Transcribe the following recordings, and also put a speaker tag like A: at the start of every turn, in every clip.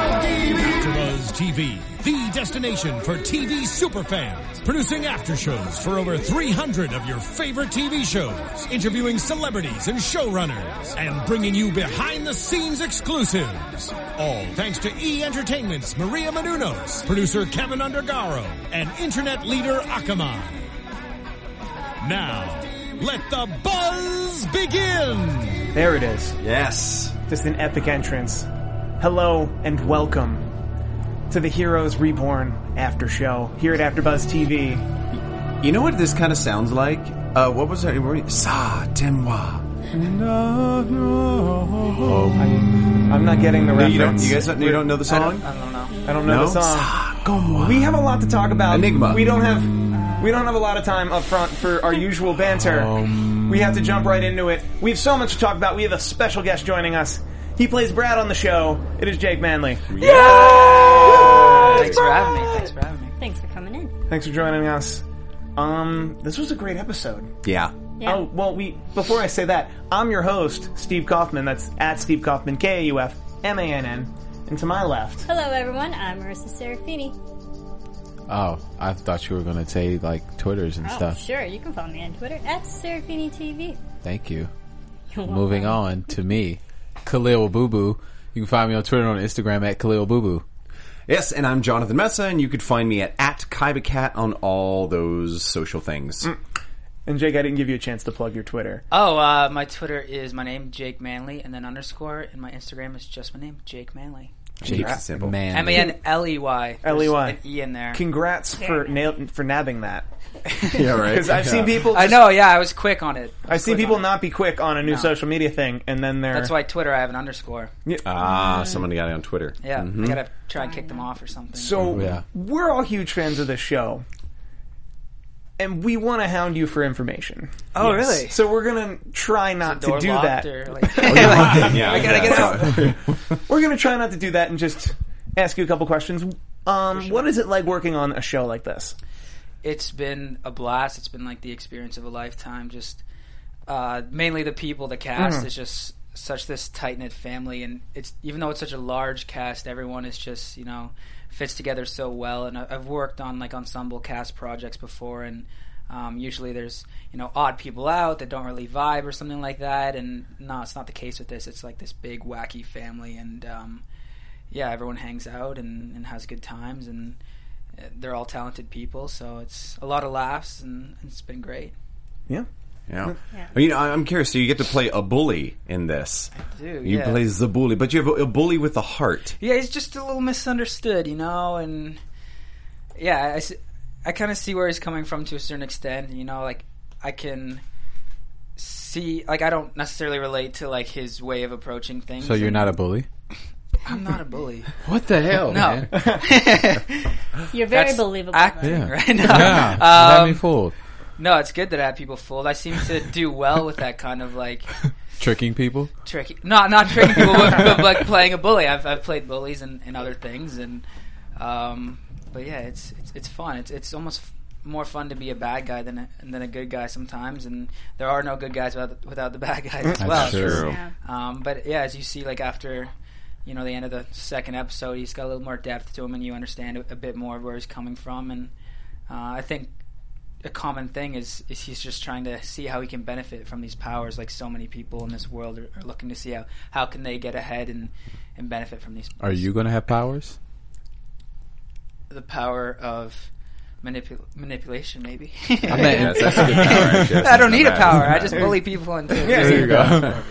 A: AfterBuzz TV, the destination for TV superfans, producing aftershows for over 300 of your favorite TV shows, interviewing celebrities and showrunners, and bringing you behind-the-scenes exclusives. All thanks to E Entertainment's Maria Menounos, producer Kevin Undergaro, and internet leader Akamai. Now, let the buzz begin.
B: There it is.
C: Yes.
B: Just an epic entrance. Hello and welcome to the Heroes Reborn after show here at AfterBuzz TV.
C: You know what this kind of sounds like? Uh, what was her? Sa temwa. No, no.
B: I'm not getting the
C: You don't.
B: reference.
C: You guys don't, you don't know the song?
B: I don't know
C: no.
B: the song.
C: Sa gomwa.
B: We have a lot to talk about.
C: Enigma.
B: We don't have we don't have a lot of time up front for our usual banter.
C: Um,
B: we have to jump right into it. We have so much to talk about. We have a special guest joining us. He plays Brad on the show. It is Jake Manley.
D: Thanks for having me. Thanks for having me.
E: Thanks for coming in.
B: Thanks for joining us. Um, this was a great episode.
C: Yeah.
E: Yeah.
B: Oh, well, we before I say that, I'm your host, Steve Kaufman. That's at Steve Kaufman, K A U F M A N N. And to my left,
E: Hello, everyone. I'm Marissa Serafini.
F: Oh, I thought you were going to say like Twitters and
E: Oh,
F: stuff.
E: sure. You can follow me on Twitter at Serafini TV.
F: Thank you.
E: You're welcome.
F: Moving on to me, Khalil Boo Boo. You can find me on Twitter and on Instagram at Khalil Boo Boo.
C: Yes, and I'm Jonathan Mesa, and you could find me at, at KaibaCat on all those social things.
B: and Jake, I didn't give you a chance to plug your Twitter.
D: Oh, uh, my Twitter is my name, Jake Manley, and then underscore, and my Instagram is just my name, Jake Manley.
F: Jake
C: it simple.
F: Man.
D: M A N L E Y. There's
B: L.E.Y..
D: An E in there.
B: Congrats for nail- for nabbing that.
C: Yeah, right.
B: Because I've seen people.
D: I know, yeah, I was quick on it.
B: I've seen people not be quick on a new social media thing, and then they're.
D: That's why Twitter, I have an underscore.
C: Ah, someone got it on Twitter. Mm-hmm.
D: Yeah, I gotta try and kick them off or something.
C: Oh,
B: So
F: Yeah.
B: we're all huge fans of this show, and we want to hound you for information.
D: oh, really?
B: So we're gonna try not to
D: Door
B: do
D: locked
B: that.
D: or, like-
C: yeah, I
D: gotta get out.
B: Oh, We're gonna try not to do that and just ask you a couple questions. Um, What is it like working on a show like this?
D: it's been a blast. It's been like the experience of a lifetime. Just uh, mainly the people, the cast is just such this tight knit family, and it's even though it's such a large cast, everyone is just you know fits together so well. And I- I've worked on like ensemble cast projects before, and um, usually there's you know odd people out that don't really vibe or something like that. And no, it's not the case with this. It's like this big wacky family, and um, yeah, everyone hangs out and, and has good times and they're all talented people, so it's a lot of laughs and it's been great.
B: Yeah.
C: Yeah. I mean, I- I'm curious. So you get to play a bully in this.
D: do,
C: You
D: yeah.
C: play the bully, but you have a, a bully with a heart.
D: Yeah, he's just a little misunderstood, you know, and yeah, I, kind of see where he's coming from to a certain extent, you know, like I can see, like I don't necessarily relate to like his way of approaching things.
F: So you're not a bully?
D: I'm not a bully.
F: What the hell?
D: No.
F: man?
E: You're very
D: That's
E: believable.
D: acting
F: Yeah.
D: right now.
F: Yeah.
D: Um,
F: got me fooled.
D: no, it's good that I have people fooled. I seem to do well with that kind of like
F: Tricking people?
D: tricky. No, not tricking people, but, but, but playing a bully. I've, I've played bullies and, and other things, and um, but yeah, it's it's, it's fun. It's it's almost f- more fun to be a bad guy than a, than a good guy sometimes. And there are no good guys without the, without the bad guys as well.
F: true.
E: Yeah.
D: Um, but yeah, as you see, like after you know the end of the second episode, he's got a little more depth to him, and you understand a, a bit more of where he's coming from. And uh, I think a common thing is is he's just trying to see how he can benefit from these powers. Like so many people in this world are, are looking to see how how can they get ahead and and benefit from these.
F: Are you going to have powers?
D: the power of manipul- manipulation? Maybe.
F: meant-
C: Yes, that's a good power. actually.
D: I don't
C: That's
D: need a
C: not bad.
D: power. I just bully people into.
B: There you
F: go.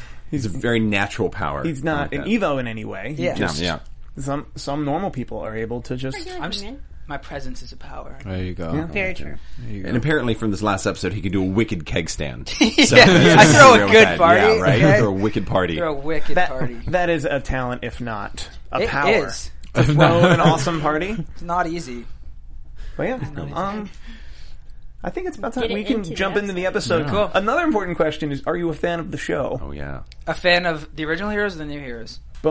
C: He's a very natural power.
B: He's not
C: Like
B: an
C: that.
B: Evo in any way. He
D: Yeah.
C: No,
B: just-
C: yeah.
B: Some some normal people are able to just.
E: Regular
D: I'm s-
E: human.
D: My presence is a power.
F: There you go.
E: Very true.
C: And apparently, from this last episode, he could do a wicked keg stand. So
D: I throw a good party.
C: Yeah, right.
D: okay?
C: Throw a wicked party.
D: They're a wicked
B: That,
D: party.
B: that is a talent, if not a
D: It
B: power.
D: is.
B: To throw an awesome party.
D: It's not easy.
B: But yeah, um, I think it's about time
E: Get it
B: we can
E: into the
B: jump into the episode.
D: Cool.
B: Another important question is: Are you a fan of the show?
C: Oh yeah.
D: A fan of the original heroes or the new heroes?
G: Hey,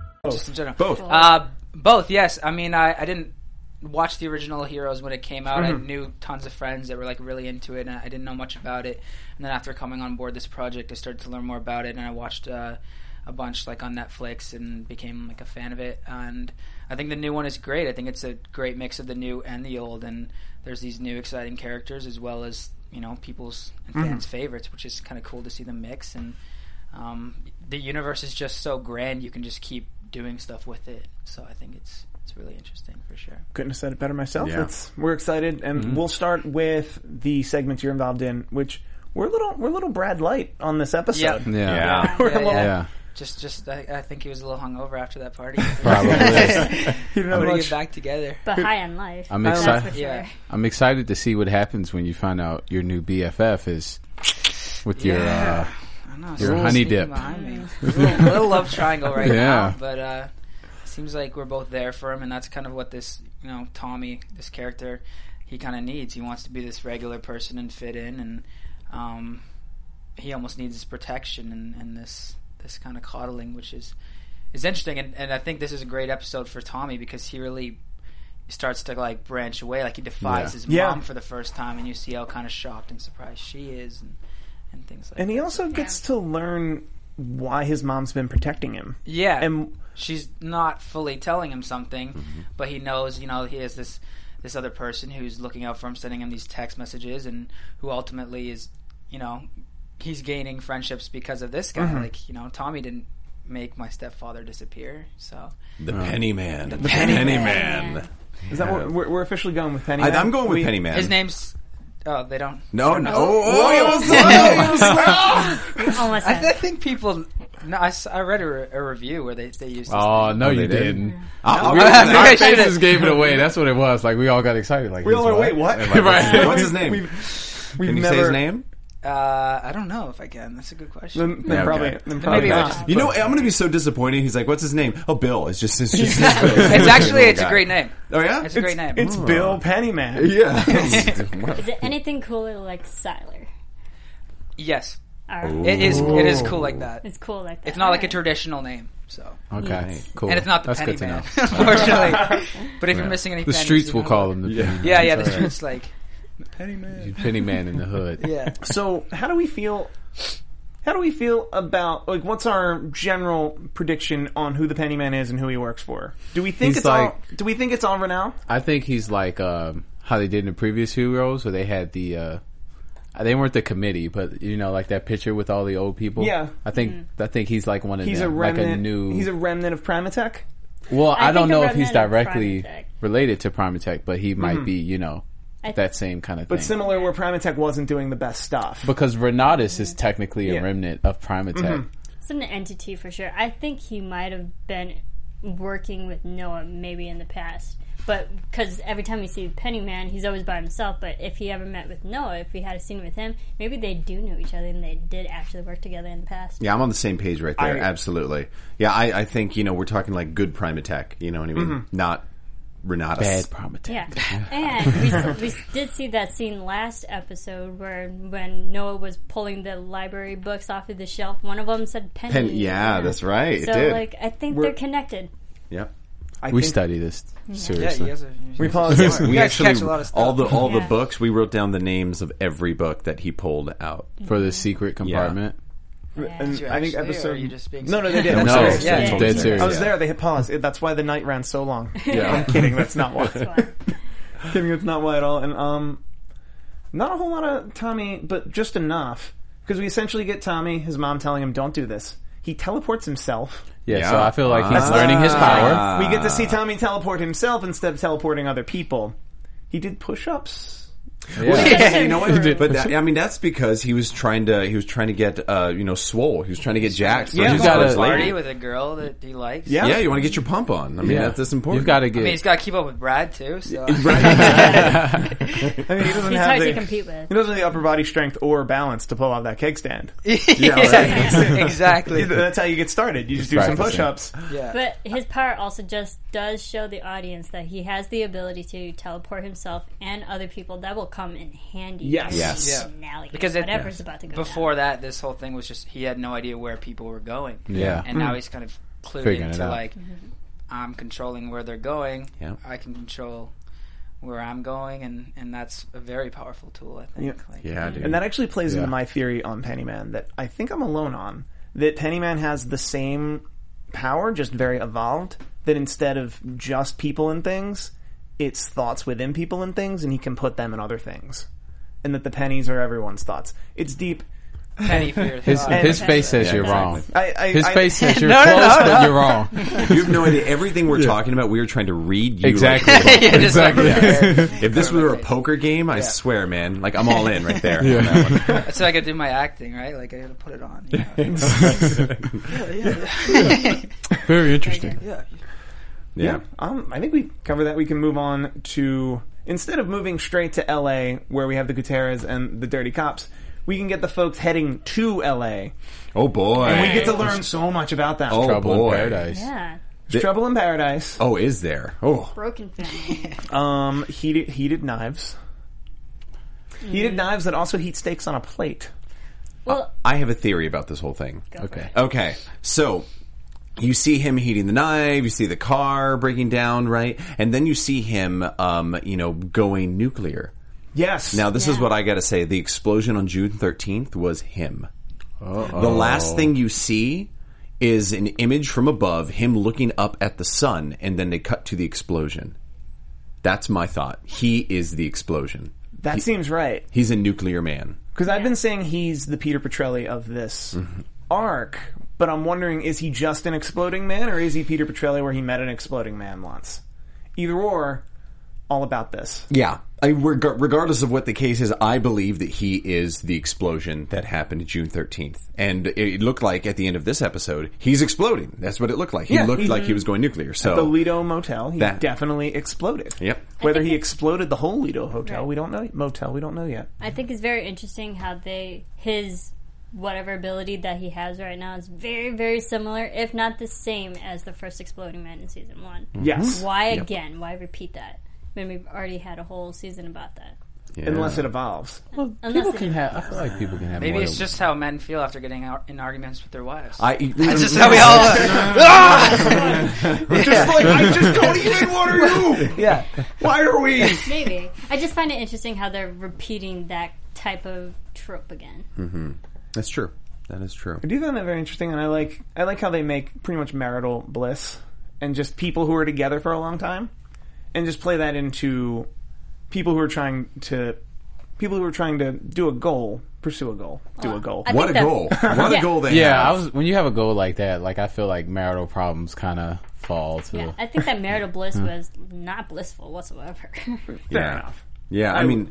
D: Just in general.
C: Both.
D: Uh, both, yes. I mean, I, I didn't watch the original Heroes when it came out. I knew tons of friends that were like really into it, and I didn't know much about it. And then after coming on board this project, I started to learn more about it, and I watched uh, a bunch like on Netflix and became like a fan of it. And I think the new one is great. I think it's a great mix of the new and the old, and there's these new exciting characters as well as you know people's and fans' favorites, which is kind of cool to see them mix and um, the universe is just so grand you can just keep doing stuff with it so i think it's it's really interesting for sure
B: Couldn't have said it better myself.
C: Yeah. Mm-hmm.
B: That's- we're excited, and we'll start with the segments you're involved in, which we're a little we're a little Brad Light on this episode.
D: Yeah.
F: Yeah.
C: Yeah.
B: We're a
D: Yeah,
B: little-
D: yeah.
F: Yeah.
D: just just I, I think he was a little hungover after that party
F: Probably.
B: You know,
D: How do you
B: much-
D: get back together
E: But high on life.
F: I'm
E: That's
F: excited.
E: for
D: yeah
E: sure.
F: I'm excited to see what happens when you find out your new BFF is with your. Uh,
D: Yeah. I know,
F: You're a
D: someone's
F: honey
D: sneaking
F: dip.
D: behind me. little, little love triangle right
F: Yeah.
D: now but uh seems like we're both there for him and that's kind of what this you know tommy this character he kind of needs he wants to be this regular person and fit in and um he almost needs his protection and, and this this kind of coddling which is is interesting and, and i think this is a great episode for tommy because he really starts to like branch away like he defies
F: Yeah.
D: his
B: Yeah.
D: mom for the first time and you see how kind of shocked and surprised she is and, and things like
B: and
D: that
B: he also gets to learn why his mom's been protecting him.
D: yeah
B: And
D: she's not fully telling him something, but he knows, you know, he has this this other person who's looking out for him, sending him these text messages, and who ultimately is, you know, he's gaining friendships because of this guy. Like, you know, Tommy didn't make my stepfather disappear, so
H: The Penny Man. The
D: Uh, Penny
H: Man.
B: is that what we're, we're officially going with Penny?
C: I,
B: Man?
C: I'm going with
B: We-
C: Penny Man.
D: his name's. Oh, they don't.
C: No, no. Oh, oh,
E: Almost
D: I,
E: had
D: I think people. No, I, s- I read a, re- a review where they they used.
F: oh no,
C: they
F: you
C: didn't.
F: didn't.
C: oh,
F: Our
D: think I should've-
F: faces gave it away. That's what it was. Like we all got excited. Like
B: We all
F: he's
B: are, wait, what?
F: Right.
C: What's his name?
B: We've
C: Can you
B: never,
C: say his name?
D: Uh, I don't know if I can. That's a good question.
B: Then, then
C: Yeah,
B: probably,
C: okay.
B: then
D: Maybe
B: probably
D: I
B: not.
D: just-
C: You know, I'm going to be so disappointed. He's like, "What's his name?" Oh, Bill. It's just, it's just. Bill.
D: it's actually it's a
C: guy.
D: great name.
C: Oh yeah,
D: It's a great name.
B: It's Bill Pennyman.
C: yeah.
E: Is it anything cooler like Siler?
D: yes,
E: Or
D: it is. It is cool like that.
E: it's cool like that.
D: It's not like a
E: Alright.
D: traditional name, so
F: Okay, cool.
D: and it's not the
F: Oh, That's
D: penny
F: good to
D: man,
F: know.
D: unfortunately. but if you're missing any,
F: The
D: pennies,
F: streets
D: you
F: will
D: know.
F: call him the penny man.
D: Yeah, yeah, the
F: It's all right.
D: streets like penny man.
F: penny man in the hood.
D: Yeah,
B: So, how do we feel? How do we feel about like what's our general prediction on who the Pennyman is and who he works for? Do we think
F: He's
B: it's all?
F: like-
B: Do we think it's all Renal?
F: I think he's like um, how they did in the previous heroes, where they had the uh, they weren't the committee, but you know, like that picture with all the old people.
B: Yeah.
F: I think
D: Mm-hmm.
F: I think he's like one of
B: He's a
F: them, like
B: remnant.
F: a new.
B: He's a remnant of Primatech.
F: well, I,
E: I
F: don't
E: think a
F: know if he's
E: remnant of
F: directly
E: Primatech.
F: related to Primatech, but he
B: Mm-hmm.
F: might be. You know,
E: I-
F: that same kind of
B: But
F: thing.
B: similar, where Primatech wasn't doing the best stuff.
F: because Renatus is technically a
B: Yeah.
F: remnant of Primatech.
C: Mm-hmm.
E: Some entity for sure. I think he might have been working with Noah maybe in the past. But because every time we see Pennyman, he's always by himself. But if he ever met with Noah, if we had a scene with him, maybe they do know each other and they did actually work together in the past.
C: Yeah, I'm on the same page right there.
B: I-
C: Absolutely. Yeah, I, I think you know we're talking like good prime attack. You know what I mean?
D: Mm-hmm.
C: Not Renatus.
F: Bad Primatech.
E: Yeah. and we, s- we s- did see that scene last episode where when Noah was pulling the library books off of the shelf, one of them said Penny.
C: Pen- yeah, that's right, it
E: So,
C: did.
E: like, I think
B: We're-
E: they're connected.
C: Yep.
B: I
F: We
B: think-
F: study this
D: yeah. You
F: seriously.
D: guys are. You
B: We
D: guys are
B: apologize.
D: smart. You
C: we
D: guys
C: actually
D: catch a lot of stuff.
C: all the all the
E: Yeah.
C: books we wrote down the names of every book that he pulled out.
F: for the secret compartment.
B: and
D: Did you
B: I think
D: actually, or
B: episode.
D: are you just being-
B: no, no, they did.
D: No,
B: I'm
F: No,
B: sorry.
D: yeah,
F: I'm
D: yeah,
F: dead
C: yeah.
F: serious.
B: I was there. They hit pause. It- That's why the night ran so long.
C: Yeah.
B: I'm kidding. That's not why.
E: That's why.
B: kidding. That's not why at all. And um, not a whole lot of Tommy, but just enough because we essentially get Tommy, his mom telling him, "Don't do this." He teleports himself.
F: Yeah,
C: Yeah.
F: so I feel like he's
C: Ah.
F: learning his power.
B: We get to see Tommy teleport himself instead of teleporting other people. He did push-ups.
C: you know
E: Yeah.
C: what? But that, I mean, that's because he was trying to he was trying to get uh, you know swole. He was trying to get jacked. So
B: Yeah.
C: he's
B: You
C: got
F: gotta-
C: first
D: Party
C: lady.
D: with a girl that he likes.
B: Yeah.
C: Yeah, you want to get your pump on. I mean, that's, that's important.
F: You've got to
D: I
F: get.
D: mean, he's got to keep up with Brad too. So
B: I mean, he doesn't
E: He's
B: have
E: hard
B: the,
E: to compete with.
B: He doesn't have the upper body strength or balance to pull off that keg stand.
D: Yeah, exactly.
B: That's how you get started. You just do some
F: practicing.
B: push-ups.
D: Yeah.
E: But his power also just does show the audience that he has the ability to teleport himself and other people. That will come in handy.
B: Yes.
C: Yes.
E: Yes.
D: Yeah.
E: Because
D: Because it-
E: whatever's about to go
D: Before that, this whole thing was just he had no idea where people were going.
F: Yeah. Hmm.
D: And now he's kind of clued
F: Figuring it
D: into
F: out.
D: like, I'm controlling where they're going.
C: Yeah.
D: I can control where I'm going, and and that's a very powerful tool. I think.
B: Yeah.
D: Like,
C: Yeah, dude.
B: And that actually plays
F: Yeah.
B: into my theory on Pennyman that I think I'm alone on. That Pennyman has the same power, just very evolved. That instead of just people and things, it's thoughts within people and things, and he can put them in other things. And that the pennies are everyone's thoughts. It's deep.
D: Penny for your
F: his,
D: thoughts.
F: his face says
C: Yeah,
F: you're wrong.
B: I, I,
F: His
B: I,
F: face says you're
D: No, no,
F: close,
D: no,
F: but
D: no.
F: you're wrong.
C: you have no idea. Everything we're talking about, we are trying to read you.
F: Exactly.
C: Like,
D: Yeah, just like-
C: if this were a poker game, I swear, man, like I'm all in right there. on that one.
D: That's how I could do my acting, right? Like I gotta put it on. you know?
F: Very interesting.
C: Yeah.
B: Um, I think we cover that. We can move on to instead of moving straight to L.A., where we have the Gutierrez and the Dirty Cops, we can get the folks heading to L.A.
C: Oh boy.
B: We get to learn so much about them.
C: oh
F: Trouble
C: boy.
F: in paradise.
E: Yeah.
B: Trouble in Paradise,
C: Oh, is there? Oh,
E: Broken family.
B: um, heated heated knives, heated knives that also heat steaks on a plate.
E: Well,
C: I have a theory about this whole thing.
F: Okay.
C: Okay, so you see him heating the knife, you see the car breaking down, right? And then you see him, um, you know, going nuclear.
B: Yes.
C: Now, this is what I got to say: the explosion on June thirteenth was him. The last thing you see is an image from above, him looking up at the sun, and then they cut to the explosion. That's my thought. He is the explosion.
B: that seems right
C: He's a nuclear man.
B: because I've been saying he's the Peter Petrelli of this
C: Mm-hmm.
B: arc. But I'm wondering, is he just an exploding man, or is he Peter Petrelli where he met an exploding man once? Either or, all about this.
C: Yeah. I, reg- regardless of what the case is, I believe that he is the explosion that happened June 13th. And it, it looked like at the end of this episode, he's exploding. That's what it looked like. He
B: Yeah,
C: looked
B: he-
C: like he was going nuclear. So,
B: the Lido Motel, he
C: Oh. That.
B: definitely exploded.
C: Yep.
B: Whether
E: think
B: he
E: it-
B: exploded the whole Lido Hotel,
E: Right.
B: we don't know. Motel, we don't know yet.
E: I think it's very interesting how they his whatever ability that he has right now is very very similar, if not the same as the first exploding man in season one.
B: Yes.
E: Why again? Why repeat that? When we've already had a whole season about that.
C: yeah.
B: Unless it evolves.
E: Unless
F: People
E: it-
F: can have. I feel like people can have.
D: Maybe
F: more
D: it's
F: than-
D: just how men feel after getting out in arguments with their wives.
C: I,
D: That's just how we all.
B: Just like, I just don't even want to.
D: yeah.
B: Why are we?
E: Maybe. I just find it interesting how they're repeating that type of trope again.
C: Hmm. That's true. That is true.
B: I do find that very interesting, and I like I like how they make pretty much marital bliss and just people who are together for a long time, and just play that into people who are trying to people who are trying to do a goal, pursue a goal, do a goal.
E: I
F: Uh,
C: What a
E: think that-
C: goal. What a
E: Yeah.
C: goal they
F: Yeah, I
C: have.
F: was when you have a goal like that, like I feel like marital problems kind of fall to.
E: Yeah, I think that marital bliss
C: Hmm.
E: was not blissful whatsoever.
B: Fair
C: yeah.
B: enough.
C: Yeah, I, mean,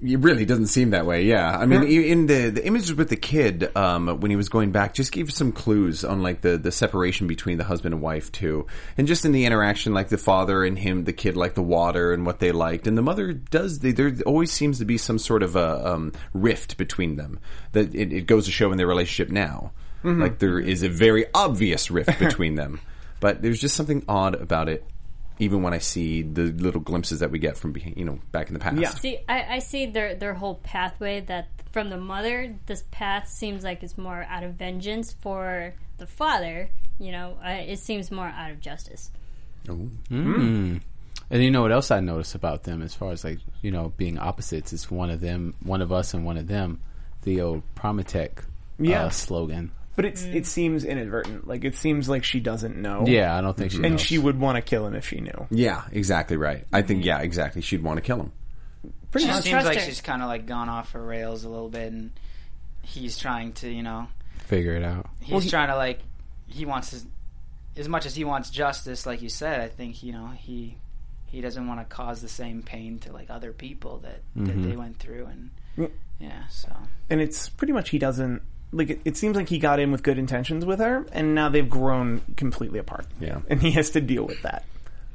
C: it really doesn't seem that way. Yeah, I mean, you- in the the images with the kid um, when he was going back, just gave some clues on like the the separation between the husband and wife too, and just in the interaction, like the father and him, the kid like the water and what they liked, and the mother does. They, there always seems to be some sort of a um, rift between them that it, it goes to show in their relationship now. Like there is a very obvious rift between them, but there's just something odd about it. Even when I see the little glimpses that we get from, behi- you know, back in the past.
B: Yeah.
E: see, I, I see their their whole pathway that from the mother, this path seems like it's more out of vengeance for the father. You know, uh, it seems more out of justice.
F: And you know what else I noticed about them, as far as like you know being opposites, it's one of them, one of us, and one of them. The old Prometech
B: Yeah.
F: uh, slogan.
B: But it's it seems inadvertent. Like it seems like she doesn't know.
F: Yeah, I don't think she.
B: and
F: knows.
B: she would want to kill him if she knew.
C: Yeah, exactly right. I think yeah, exactly. She'd want to kill him.
D: She
E: much.
D: seems
E: Trust
D: like
E: her.
D: she's kind of like gone off her rails a little bit, and he's trying to, you know,
F: figure it out.
D: he's trying to like, he wants his, as much as he wants justice, like you said. I think you know he he doesn't want to cause the same pain to like other people that, that they went through and yeah so
B: and it's pretty much he doesn't like it, it seems like he got in with good intentions with her and now they've grown completely apart
C: Yeah.
B: and he has to deal with that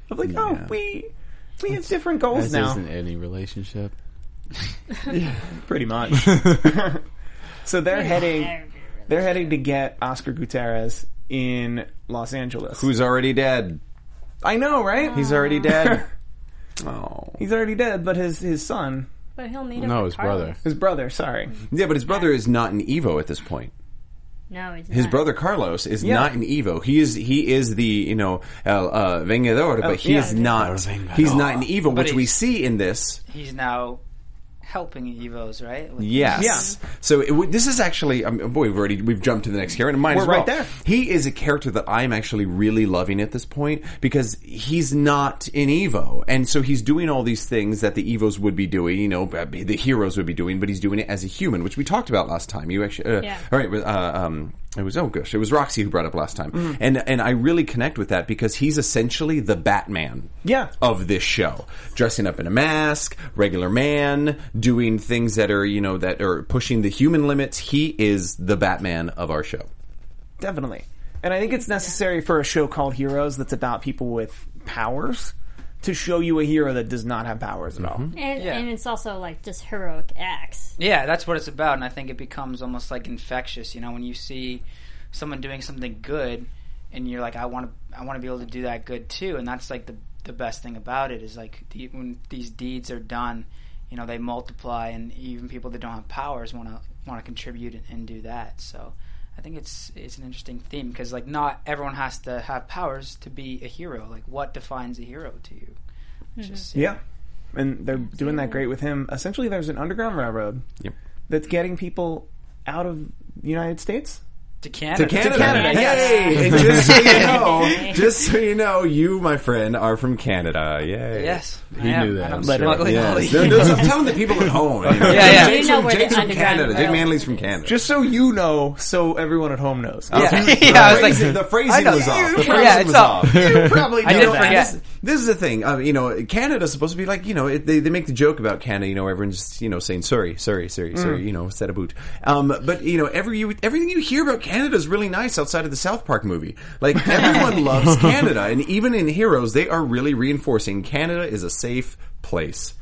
B: of like
C: Yeah.
B: oh we we have different goals
F: This
B: now
F: isn't any relationship.
B: pretty much so they're heading they're heading to get oscar gutierrez in los angeles
C: Who's already dead?
B: i know right
C: He's already dead. oh.
B: he's already dead but his his son
E: But he'll meet up
F: No,
E: with
F: his brother.
E: Carlos.
B: his brother sorry
C: Yeah, but his brother is not an Evo at this point.
E: No, he's
C: His
E: not.
C: brother Carlos is not an Evo. He is he is the you know el uh, vengador, but
B: Oh,
C: he
B: yeah.
C: is not.
F: Vengador.
C: He's not an Evo,
D: But
C: which we
D: he's-
C: see in this.
D: he's now helping evos right With-
C: Yes.
B: Yeah.
C: So it, would- this is actually um, boy, we've already we've jumped to the next character. and Mine
B: We're
C: as well.
B: right there.
C: He is a character that I'm actually really loving at this point because he's not an Evo, and so he's doing all these things that the Evos would be doing, you know, the heroes would be doing, but he's doing it as a human, which we talked about last time. You actually, uh,
E: Yeah.
C: all right, with, uh, um, it was oh gosh, it was Roxy who brought up last time,
B: Mm-hmm.
C: and and I really connect with that because he's essentially the Batman,
B: Yeah.
C: of this show, dressing up in a mask, regular man, doing things that are you know that are pushing the human limits. He is the Batman of our show.
B: Definitely. And I think it's necessary for a show called Heroes that's about people with powers to show you a hero that does not have powers at
C: Mm-hmm.
B: all.
E: And,
D: Yeah.
E: and it's also like just heroic acts.
D: yeah that's what it's about and i think it becomes almost like infectious you know when you see someone doing something good and you're like i want to i want to be able to do that good too and that's like the the best thing about it is like the, when these deeds are done you know they multiply and even people that don't have powers want to want to contribute and, and do that so i think it's it's an interesting theme because like not everyone has to have powers to be a hero like what defines a hero to you just
B: Yeah. And they're doing that great with him. Essentially, there's an underground railroad
C: Yep.
B: that's getting people out of the United States.
D: to canada
C: Canada.
B: Canada,
C: Yay! And just so you know, just so you know, you, my friend, are from Canada. Yay!
D: yes
F: He
D: I am,
F: knew that,
D: and
F: I'm
D: i'm
F: sure.
D: smuggling all
C: Yes.
D: these-
C: No, no, so I'm telling the people at home. You know,
D: Yeah, yeah.
C: Jake's
E: You know
C: from,
E: where the
C: Jake's from
E: underground
C: Canada. Jake
E: railroad
C: Manley's from Canada.
B: Just so you know, so everyone at home knows.
D: Yeah.
C: The
D: Yeah, I was
C: phrasing-
D: like-
C: the
D: I
C: phrasing
D: know.
C: was off. The
D: Yeah,
C: phrasing
D: it's
C: was
D: off.
C: off. You probably
D: I
C: know
D: did
C: that.
D: forget.
C: This, this is the thing. Um, you know, Canada's supposed to be like you know it, they they make the joke about Canada. You know, everyone's just, you know saying sorry, sorry, sorry, sorry. You know, set a boot. Um, but you know, every you everything you hear about Canada is really nice outside of the South Park movie. Like everyone loves Canada, and even in Heroes, they are really reinforcing Canada is a safe place.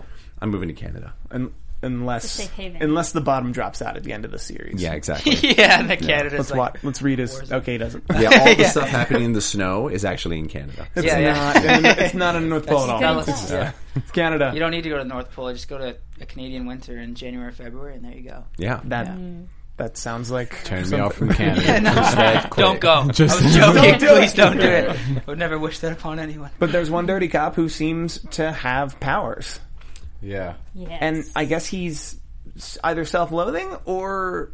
C: I'm moving to Canada.
B: Un-
E: It's a
B: unless
E: safe haven.
B: unless the bottom drops out at the end of the series.
C: Yeah, exactly.
D: yeah, and the Canada's
B: Let's
D: like,
B: watch, let's read his. Okay, he doesn't.
C: Yeah, all the stuff happening in the snow is actually in Canada.
B: It's
D: Yeah, yeah.
B: not. in the- It's not in the North Pole at all.
E: Couldn't tell.
B: It's Canada.
D: You don't need to go to the North Pole. Just go to a Canadian winter in January, February, and there you go.
C: Yeah.
B: that
E: Mm.
B: that sounds like
F: Turn me
B: something-
F: off from Canada. Just that quick.
D: Don't go.
F: Just-
D: I was joking.
B: Don't do it.
D: Please don't do it. I would never wish that upon anyone.
B: But there's one dirty cop who seems to have powers,
F: Yeah.
E: Yes.
B: and I guess he's s- either self-loathing or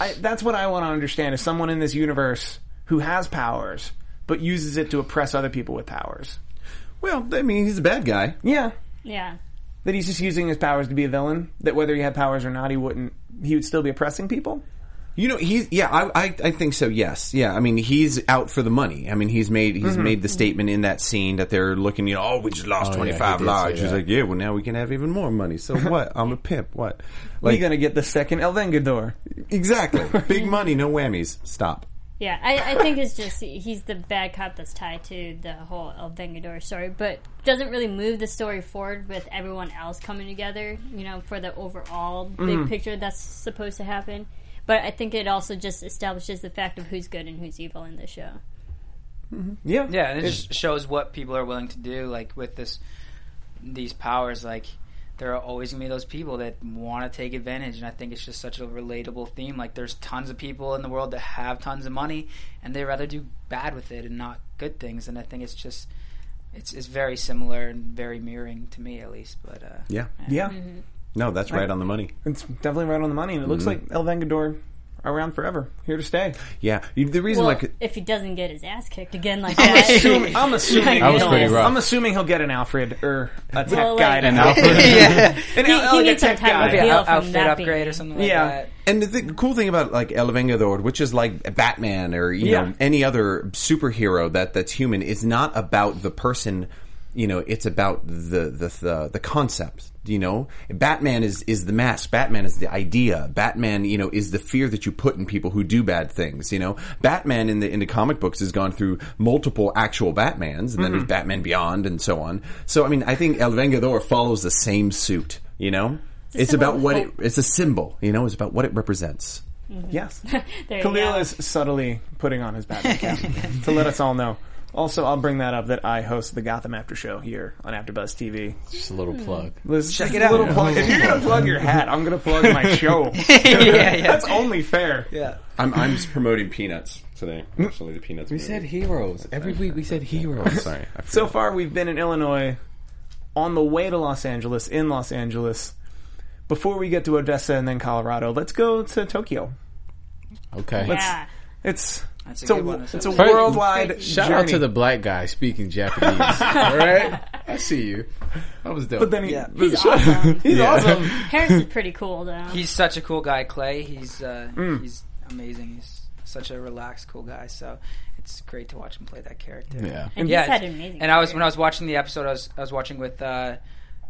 B: I, that's what I want to understand: is someone in this universe who has powers but uses it to oppress other people with powers.
C: Well, I mean, he's a bad guy.
B: Yeah,
E: yeah.
B: that he's just using his powers to be a villain. That whether he had powers or not, he wouldn't. He would still be oppressing people.
C: You know, he's yeah. I, I I think so. Yes, yeah. I mean, he's out for the money. I mean, he's made he's made the statement in that scene that they're looking. You know, oh, we just lost
F: yeah,
C: twenty five
F: he did say
C: lives. He's
F: that.
C: like, yeah. Well, now we can have even more money. So what? I'm a pimp. What?
B: He's
C: Like
B: gonna get the second El Vengador.
C: exactly. Big money, no whammies. Stop.
E: Yeah, I, I think it's just he's the bad cop that's tied to the whole El Vengador story, but doesn't really move the story forward with everyone else coming together, you know, for the overall big
D: Mm-hmm.
E: picture that's supposed to happen. But I think it also just establishes the fact of who's good and who's evil in the show.
B: Yeah,
D: Yeah, and it just shows what people are willing to do. Like with this, these powers, like there are always gonna be those people that want to take advantage. And I think it's just such a relatable theme. Like there's tons of people in the world that have tons of money, and they rather do bad with it and not good things. And I think it's just. It's, it's very similar and very mirroring to me, at least. But uh,
C: Yeah.
B: yeah.
C: No, that's right on the money.
B: It's definitely right on the money, and it looks like El Vengador are around forever, here to stay.
C: Yeah. You- The reason
E: Well,
C: like
E: if he doesn't get his ass kicked again, like
B: I'm
E: that,
B: assuming, I'm assuming
F: That was pretty
B: he'll-
F: rough.
B: I'm assuming he'll get an Alfred or a tech
E: Well,
B: guy
E: like-
B: to
E: An
B: help.
F: Alfred.
D: yeah,
B: An
E: He-
B: Al-
E: he
B: like a
E: needs some
B: tech
E: time
B: guy.
E: to heal.
D: out-
E: from
D: outfit
E: that
D: upgrade
E: being-
D: or something like
B: Yeah.
D: that.
C: And the th- cool thing about like El Vengador, which is like Batman or you
B: Yeah.
C: know any other superhero that that's human, is not about the person you know it's about the the the, the concept you know batman is is the mask batman is the idea batman you know is the fear that you put in people who do bad things you know batman in the in the comic books has gone through multiple actual batmans and then there's batman beyond and so on so i mean i think el vengador follows the same suit you know
E: a
C: it's
E: symbol
C: about
E: of
C: what it,
E: hope.
C: it's a symbol you know it's about what it represents
B: Yes.
E: There you
B: Khalil
E: go.
B: is subtly putting on his Batman cap to let us all know. Also, I'll bring that up that I host the Gotham After Show here on AfterBuzz TV.
F: Just a little plug.
B: Liz, Check it out. Little plug. If you're gonna plug your hat, I'm gonna plug my show.
D: yeah, yeah.
B: That's only fair.
D: yeah.
C: i'm i'm just promoting peanuts today actually the peanuts
F: We said heroes every week. We said heroes.
C: sorry I
B: So far, we've been in Illinois, on the way to Los Angeles, in Los Angeles. Before we get to Odessa and then Colorado, let's go to Tokyo.
F: Okay.
E: Yeah.
B: It's it's
D: That's a
B: a,
D: good one. That's
B: it's
D: a-
B: a worldwide
F: Shout out
B: journey.
F: to the black guy speaking Japanese. All right, I see you. That was dope.
B: But then he,
D: Yeah.
B: he's
E: awesome.
B: awesome.
E: Harris is pretty cool though.
D: He's such a cool guy, Clay. He's uh, he's amazing. He's such a relaxed, cool guy. So it's great to watch him play that character.
F: yeah,
E: and
D: yeah,
E: he's had an
D: it's-
E: amazing.
D: And I was
E: career.
D: when I was watching the episode, I was I was watching with uh,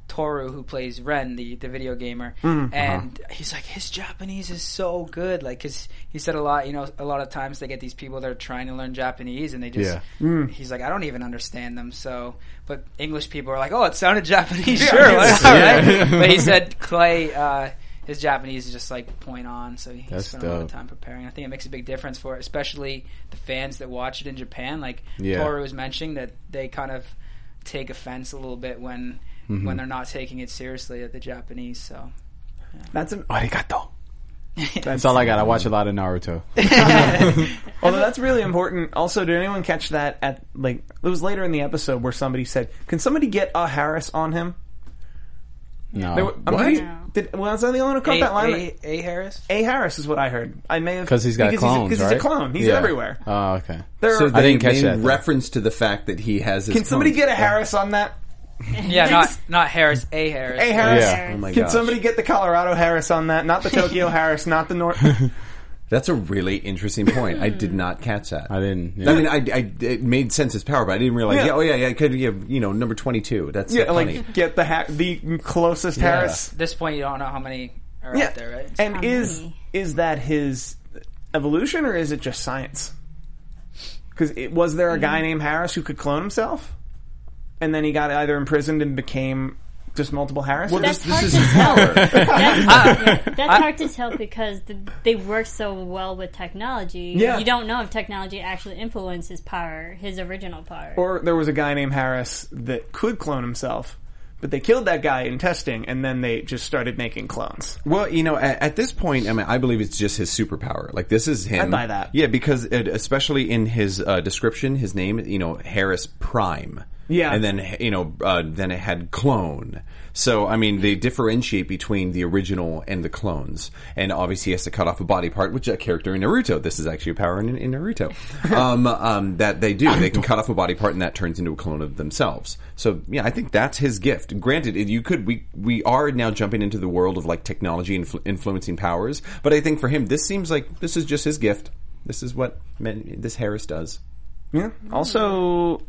D: Toru, who plays Ren, the the video gamer,
F: Mm, uh-huh.
D: and he's like, his Japanese is so good, like, cause he said a lot, you know, a lot of times they get these people that are trying to learn Japanese, and they just,
F: Mm.
D: he's like, I don't even understand them, so, but English people are like, oh, it sounded Japanese, sure, like, all right, but he said Clay. Uh, his Japanese is just like point on, so he
F: That's
D: spent a lot of
F: dope.
D: time preparing. I think it makes a big difference for, especially the fans that watch it in Japan. Like
F: Yeah.
D: Toru was mentioning that they kind of take offense a little bit when when they're not taking it seriously at the Japanese. So
B: That's an,
F: arigato. That's all I got. I watch a lot of Naruto.
B: although that's really important. Also, did anyone catch that at like it was later in the episode where somebody said, "Can somebody get a Harris on him?" They were-
F: No,
B: I'm pretty-
E: No.
B: Did, well, was I the only one who caught
D: a,
B: that line?
D: a, a Harris.
B: A Harris is what I heard. I may have
F: because he's got
B: because
F: clones,
B: He's,
F: right?
B: he's a clone. He's
F: Yeah.
B: everywhere.
F: Oh, okay.
B: There
F: So
B: are-
F: I didn't
C: think
F: catch
C: main
F: that. though.
C: reference to the fact that he has. His
B: Can somebody
C: clone.
B: get a Harris on that?
D: Yeah, not not Harris, a Harris.
B: A Harris.
F: Yeah.
C: Oh my
B: Can
C: gosh.
B: somebody get the Colorado Harris on that? Not the Tokyo Harris. Not the North. It
C: That's a really interesting point. I did not catch that.
F: I didn't. yeah.
C: I mean, I, I- it made sense as power, but I didn't realize.
B: Yeah.
C: Yeah. oh yeah, yeah. Could you, you know number twenty two? That's
B: yeah,
C: funny.
B: like get the ha- the closest Harris.
D: At this point, you don't know how many are
B: Yeah.
D: out there, right?
B: And is
E: many?
B: is that his evolution or is it just science? Because was there a guy named Harris who could clone himself, and then he got either imprisoned and became just multiple Harris?
E: That's hard to tell. that's yeah, that's hard to tell because the, they work so well with technology.
B: Yeah.
E: You don't know if technology actually influences power, his original power.
B: or there was a guy named Harris that could clone himself, but they killed that guy in testing, and then they just started making clones.
C: Well, you know, at, at this point, I mean, I believe it's just his superpower. Like this is him.
B: I buy that.
C: Yeah, because it, especially in his uh, description, his name, you know, Harris Prime.
B: Yeah.
C: and then you know, uh, then it had clone. So I mean, they differentiate between the original and the clones, and obviously he has to cut off a body part, which a character in Naruto. This is actually a power in, in Naruto um, um, that they do. They can cut off a body part, and that turns into a clone of themselves. So yeah, I think that's his gift. Granted, it- you could we we are now jumping into the world of like technology influ- influencing powers, but I think for him, this seems like this is just his gift. This is what men, this Harris does.
B: Yeah. Also,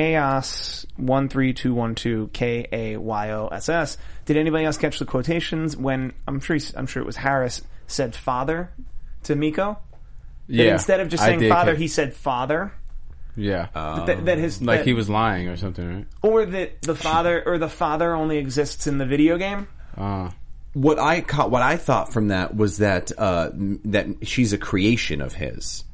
B: Chaos one three two one two K A Y O S S. Did anybody else catch the quotations when I'm sure he- I'm sure it was Harris said father to Miko? That
F: yeah.
B: Instead of just
F: I
B: saying
F: did
B: father,
F: catch-
B: he said father.
F: yeah,
B: That, that his
F: like
B: that-
F: he was lying or something, right?
B: or that the father or the father only exists in the video game.
F: Uh,
C: what I caught, what I thought from that was that uh, m- that she's a creation of his.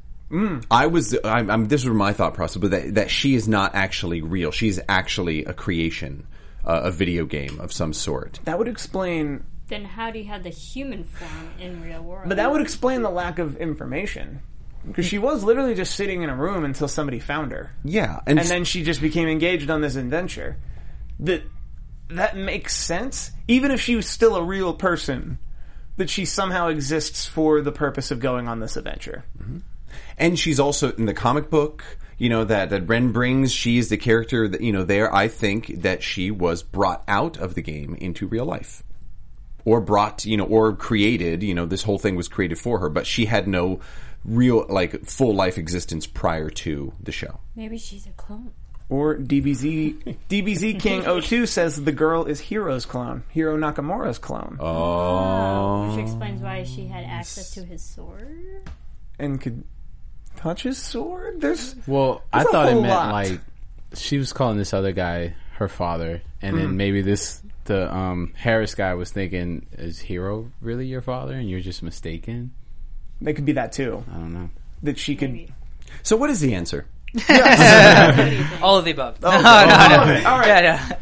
C: I was, I'm, I'm, this was my thought process, but that, that she is not actually real. She's actually a creation, uh, a video game of some sort.
B: That would explain
E: then how do you have the human form in real world?
B: But that would explain the lack of information. Because she was literally just sitting in a room until somebody found her.
C: Yeah,
B: And then she just became engaged on this adventure. That that makes sense. Even if she was still a real person, that she somehow exists for the purpose of going on this adventure.
C: and she's also in the comic book. You know that that Ren brings. She is the character that you know there. I think that she was brought out of the game into real life, or brought you know, or created. You know, this whole thing was created for her, but she had no real like full life existence prior to the show.
E: Maybe she's a clone.
B: Or DBZ DBZ King 02 says the girl is Hero's clone, Hero Nakamura's clone,
C: Oh.
E: Which explains why she had access to his sword.
B: and could touch his sword. There's
F: Well, I
B: There's a
F: thought it
B: whole
F: meant
B: lot.
F: like she was calling this other guy her father, and
B: Mm-hmm.
F: then maybe this the um, Harris guy was thinking, "Is Hero really your father?" And you're just mistaken.
B: they could be that too.
F: I don't know.
B: That she could.
E: Maybe.
C: So what is the answer?
D: All of the above.
B: Oh, All right,
D: Yeah, yeah.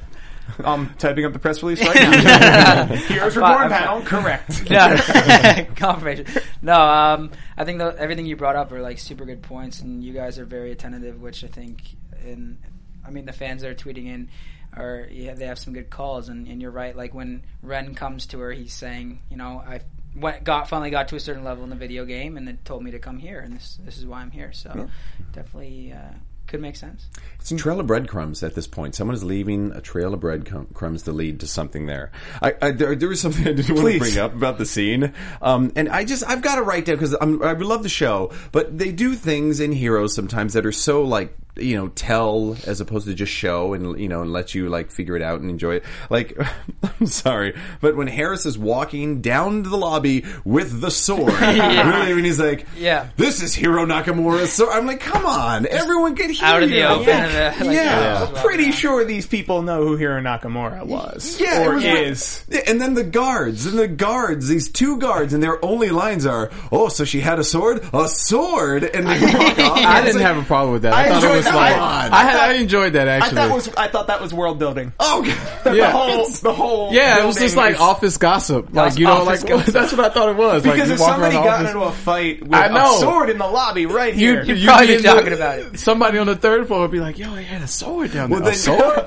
B: I'm typing up the press release right now. Heroes reborn
D: I'm fine.
B: panel, correct.
D: No, confirmation. No, um, I think tho- everything you brought up are like super good points, and you guys are very attentive, which I think, and I mean the fans that are tweeting in are yeah, they have some good calls, and, and you're right. Like when Ren comes to her, he's saying, you know, I went got finally got to a certain level in the video game, and then told me to come here, and this this is why I'm here. So definitely uh, could make sense.
C: It's a trail of breadcrumbs at this point. Someone is leaving a trail of breadcrumbs to lead to something there. I, I there, there was something I didn't want
B: Please.
C: to bring up about the scene, um, and I just I've got to write down because I love the show, but they do things in Heroes sometimes that are so like you know tell as opposed to just show and you know and let you like figure it out and enjoy it. Like I'm sorry, but when Harris is walking down to the lobby with the sword, really, when he's like,
D: Yeah.
C: this is Hero Nakamura. So I'm like, come on, everyone get here
D: Out in the
C: you.
D: open. Yeah. And, uh, like,
C: Yeah.
D: uh,
B: Pretty sure these people know who Hero Nakamura was.
C: Yeah, it
B: or
C: was like-
B: is.
C: Yeah, and then the guards, and the guards, these two guards, and their only lines are, "Oh, so she had a sword, a sword," and they walk off.
F: I didn't have a problem with that. I,
B: I
F: thought it
B: enjoyed-
F: was
B: I-
F: like
C: I
F: I,
C: thought-
F: had, I enjoyed that
B: I
F: actually.
B: thought was I thought that was world building.
C: Oh, God.
B: The
F: Yeah.
B: whole, the whole
F: yeah, it was
B: building
F: just like
B: is-
F: office gossip. Like you know,
B: office
F: like that's what I thought it was. like,
B: Because
F: you
B: if
F: walk
B: somebody
F: around the
B: got
F: office-
B: into a fight with
F: I
B: a
F: know.
B: sword in the lobby right here,
D: You'd probably be
F: in the-
D: talking about it.
F: Somebody on the third floor would be like, "Yo, he had a sword down there."
C: Well,
F: a
C: then-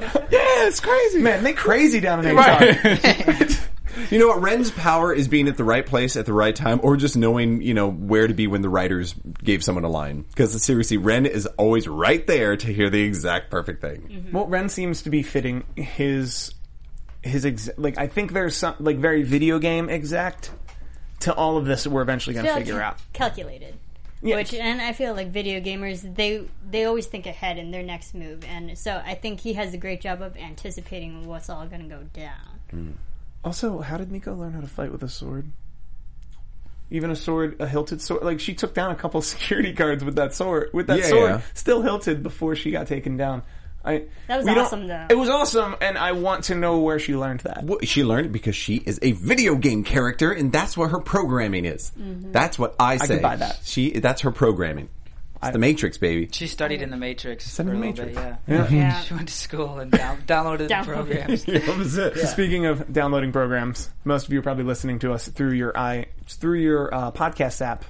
F: sword? yeah, it's crazy,
B: man, they crazy down in HR.
F: Right.
C: you know what? Ren's power is being at the right place at the right time, or just knowing you know where to be when the writers gave someone a line. Because seriously, Ren is always right there to hear the exact perfect thing.
B: Well, Ren seems to be fitting his his ex- like I think there's some like very video game exact to all of this that we're eventually going to
E: Feel
B: figure
E: cal-
B: out.
E: Calculated.
B: Yeah.
E: Which and I feel like video gamers they they always think ahead in their next move, and so I think he has a great job of anticipating what's all going to go down.
B: Also, how did Miko learn how to fight with a sword? Even a sword, a hilted sword. Like she took down a couple security guards with that sword. With that
C: Yeah,
B: sword,
C: yeah.
B: still hilted before she got taken down. I
E: That was
B: we don't-
E: awesome, though.
B: It was awesome, and I want to know where she learned that.
C: Well, she learned it because she is a video game character, and that's what her programming is. That's what I say.
B: can buy that.
C: She that's her programming. It's the Matrix, baby.
D: She studied in the Matrix
C: in
D: for a
C: the
D: little
C: Matrix.
D: bit. Yeah.
E: Yeah.
D: She went to school and down- downloaded the
E: Downloaded.
D: programs.
B: Speaking of downloading programs, most of you are probably listening to us through your i through your uh, podcast app,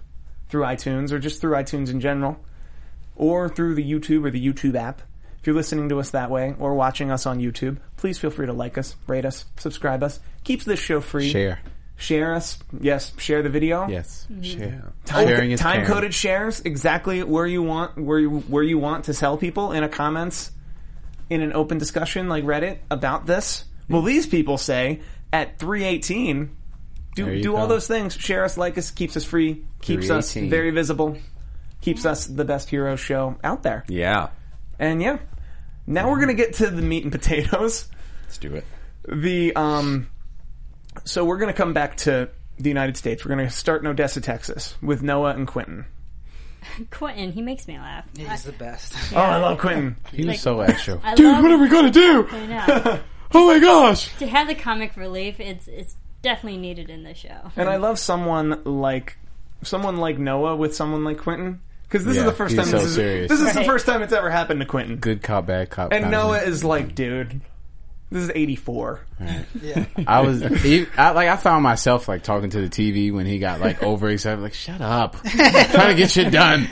B: through iTunes, or just through iTunes in general, or through the YouTube or the YouTube app. If you're listening to us that way or watching us on YouTube, please feel free to like us, rate us, subscribe us. Keeps this show free.
F: Share.
B: Share us. Yes, share the video.
F: Yes. Share. Sharing
B: Time,
F: is
B: time
F: caring.
B: coded shares exactly where you want where you, where you want to sell people in a comments in an open discussion like Reddit about this. Well, these people say at 318
F: There
B: do
F: you
B: do all
F: go.
B: those things. Share us, like us, keeps us free, keeps us
F: 318.
B: very visible, keeps us the best hero show out there.
C: Yeah,
B: And yeah, now we're gonna get to the meat and potatoes
C: let's do it.
B: the um so we're going to come back to the United States. We're going to start in Odessa, Texas with Noah and Quentin.
E: Quentin, he makes me laugh. I,
D: He's the best.
B: Oh, I love Quentin.
F: He was so extra.
E: I
F: Dude,
E: love-
F: what are we gonna do?
E: I know.
F: Oh my gosh!
E: to have the comic relief, it's it's definitely needed in the show.
B: And I love someone like someone like Noah with someone like Quentin cuz this is
F: Yeah,
B: the first
F: he's
B: time
F: so
B: this is
F: serious.
B: this is the
E: Right.
B: first time it's ever happened to Quentin.
F: Good cop, bad cop.
B: And
F: kinda.
B: Noah is like, dude, this is 84.
F: I was, he, I, like, I found myself like talking to the TV when he got like overexcited. Like, shut up, trying to get shit done.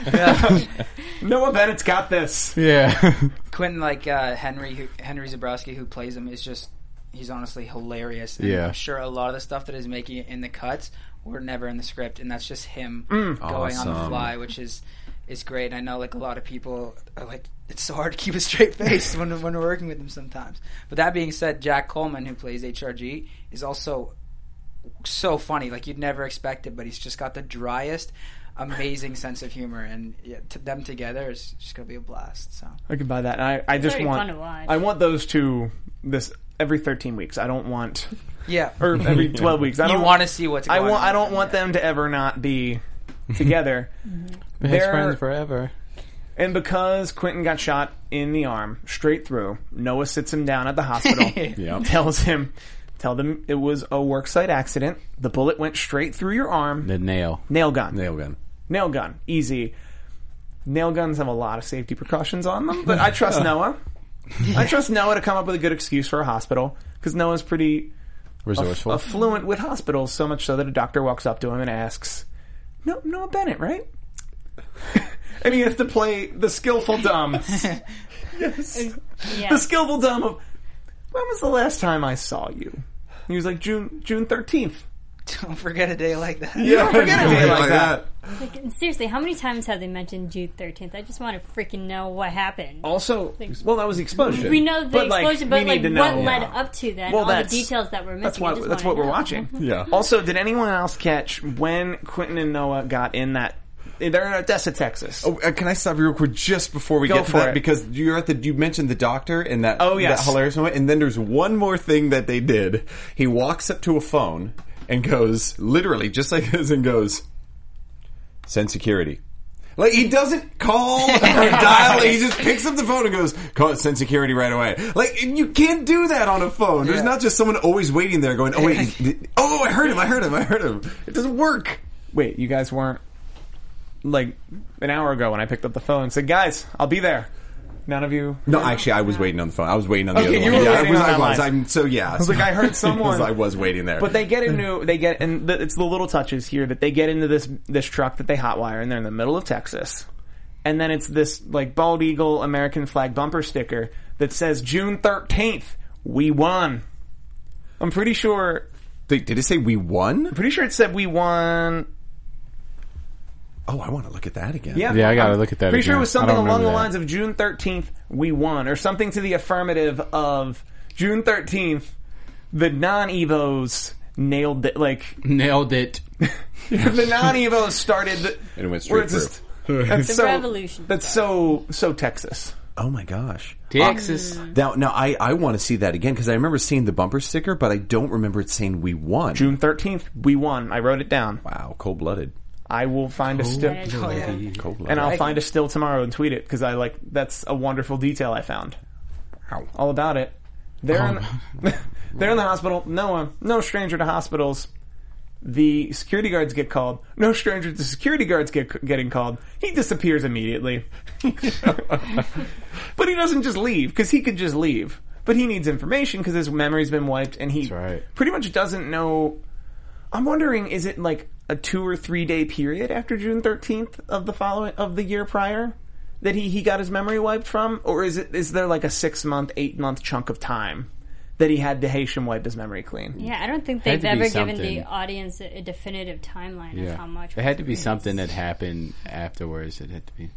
B: Noah Bennett's got this.
F: Yeah,
D: Quentin, like uh, Henry, who, Henry Zabrowski, who plays him, is just. He's honestly hilarious. And
F: Yeah.
D: I'm sure a lot of the stuff that is making it in the cuts were never in the script, and that's just him going on the
C: Awesome.
D: fly, which is is great. And I know like a lot of people are like it's so hard to keep a straight face when when we're working with him sometimes. But that being said, Jack Coleman, who plays HRG, is also so funny. Like you'd never expect it, but he's just got the driest. amazing sense of humor, and yeah, to them together is just gonna be a blast. So
B: I could buy that. And I I just
E: very
B: want
E: fun to watch.
B: I want those two this every 13 weeks. I don't want
D: yeah,
B: or every 12 weeks. I
D: you
B: don't
D: want to see what's
B: I
D: going
B: want
D: on
B: I don't
D: with
B: want
D: them,
B: them to ever not be together.
F: Best
B: They're-
F: friends forever.
B: And because Quentin got shot in the arm straight through, Noah sits him down at the hospital, tells him, tell them it was a worksite accident. The bullet went straight through your arm.
F: The nail.
B: Nail gun.
C: Nail gun.
B: Nail gun. Easy. Nail guns have a lot of safety precautions on them, but I trust Noah. I trust Noah to come up with a good excuse for a hospital because Noah's pretty
F: Resourceful.
B: affluent with hospitals, so much so that a doctor walks up to him and asks, "No, Noah Bennett, right?" and he has to play the skillful dumb,
E: Yeah.
B: the skillful dumb of, "When was the last time I saw you?" And he was like, "June, June thirteenth."
D: Don't forget a day like that.
B: You don't forget a day like
C: Like
B: that.
C: that.
E: Like, and seriously, how many times have they mentioned June 13th? I just want to freaking know what happened.
B: Also, well, that was the explosion.
E: we know the explosion,
B: Oh, we
E: but
B: need
E: like
B: to
E: what
B: know.
E: led up to that,
B: Well,
E: all the
B: that's-
E: details that were missing.
B: That's
E: I
B: what
E: just
B: that's what
E: wanna
B: we're
E: know.
B: watching.
C: Yeah.
B: Also, did anyone else catch when Quentin and Noah got in that? They're in Odessa, Texas.
C: Oh, uh, can I stop you real quick just before we
B: Go
C: get to
B: for
C: that?
B: it.
C: Because you're at the you mentioned the doctor and that
B: Oh, yes.
C: that hilarious moment, and then there's one more thing that they did. He walks up to a phone and goes literally just like this and goes send security. Like he doesn't call or dial. He just picks up the phone and goes, "Call send security right away." Like and you can't do that on a phone. There's
D: Yeah.
C: not just someone always waiting there going, "Oh wait, he's- oh I heard him, I heard him, I heard him." It doesn't work.
B: Wait, you guys weren't like an hour ago when I picked up the phone and said, "Guys, I'll be there." None of you.
C: No, actually, I was waiting on the phone. I was waiting on the
B: Okay,
C: other
B: you
C: one.
B: were
C: yeah, I
B: waiting
C: was.
B: on
C: I
B: that
C: was.
B: line.
C: I'm so yeah. I was
B: like, I heard someone.
C: I was waiting there.
B: But they get into they get and th- it's the little touches here that they get into this this truck that they hotwire and they're in the middle of Texas, and then it's this like bald eagle American flag bumper sticker that says June thirteenth we won. I'm pretty sure
C: They- did it say we won?
B: pretty sure it said we won.
C: Oh, I want to look at that again.
B: Yeah,
F: Yeah, I gotta look at that
B: Pretty sure it
F: again.
B: was
F: I don't
B: something along
F: remember
B: the
F: that.
B: lines of June thirteenth we won or something to the affirmative of June thirteenth the non Evos nailed it like
F: Nailed it.
B: the non Evos started. The,
C: And it went
B: where
C: straight
B: it's
C: through.
B: just- That's
E: The
B: so,
E: revolution.
B: That's so so Texas.
C: Oh my gosh.
F: Texas.
C: Now, now I, I want to see that again because I remember seeing the bumper sticker, but I don't remember it saying we won.
B: June thirteenth, we won. I wrote it down.
C: Wow, cold blooded.
B: I will find a still,
C: Cold blooded.
B: and I'll find a still tomorrow and tweet it because I like that's a wonderful detail I found. All about it. They're in, they're in the hospital. No one, no stranger to hospitals. The security guards get called. No stranger to security guards get getting called. He disappears immediately. but he doesn't just leave because he could just leave. But he needs information because his memory's been wiped, and he
F: right.
B: pretty much doesn't know. I'm wondering, is it like a two or three day period after June 13th of the following of the year prior that he he got his memory wiped from, or is it is there like a six month, eight month chunk of time that he had the Haitian wipe his memory clean?
E: Yeah, I don't think
F: Had
E: they've
F: to be
E: ever given the
F: something.
E: audience a, a definitive timeline of how much.
F: It had to be
E: was-
F: something that happened afterwards. It had to be.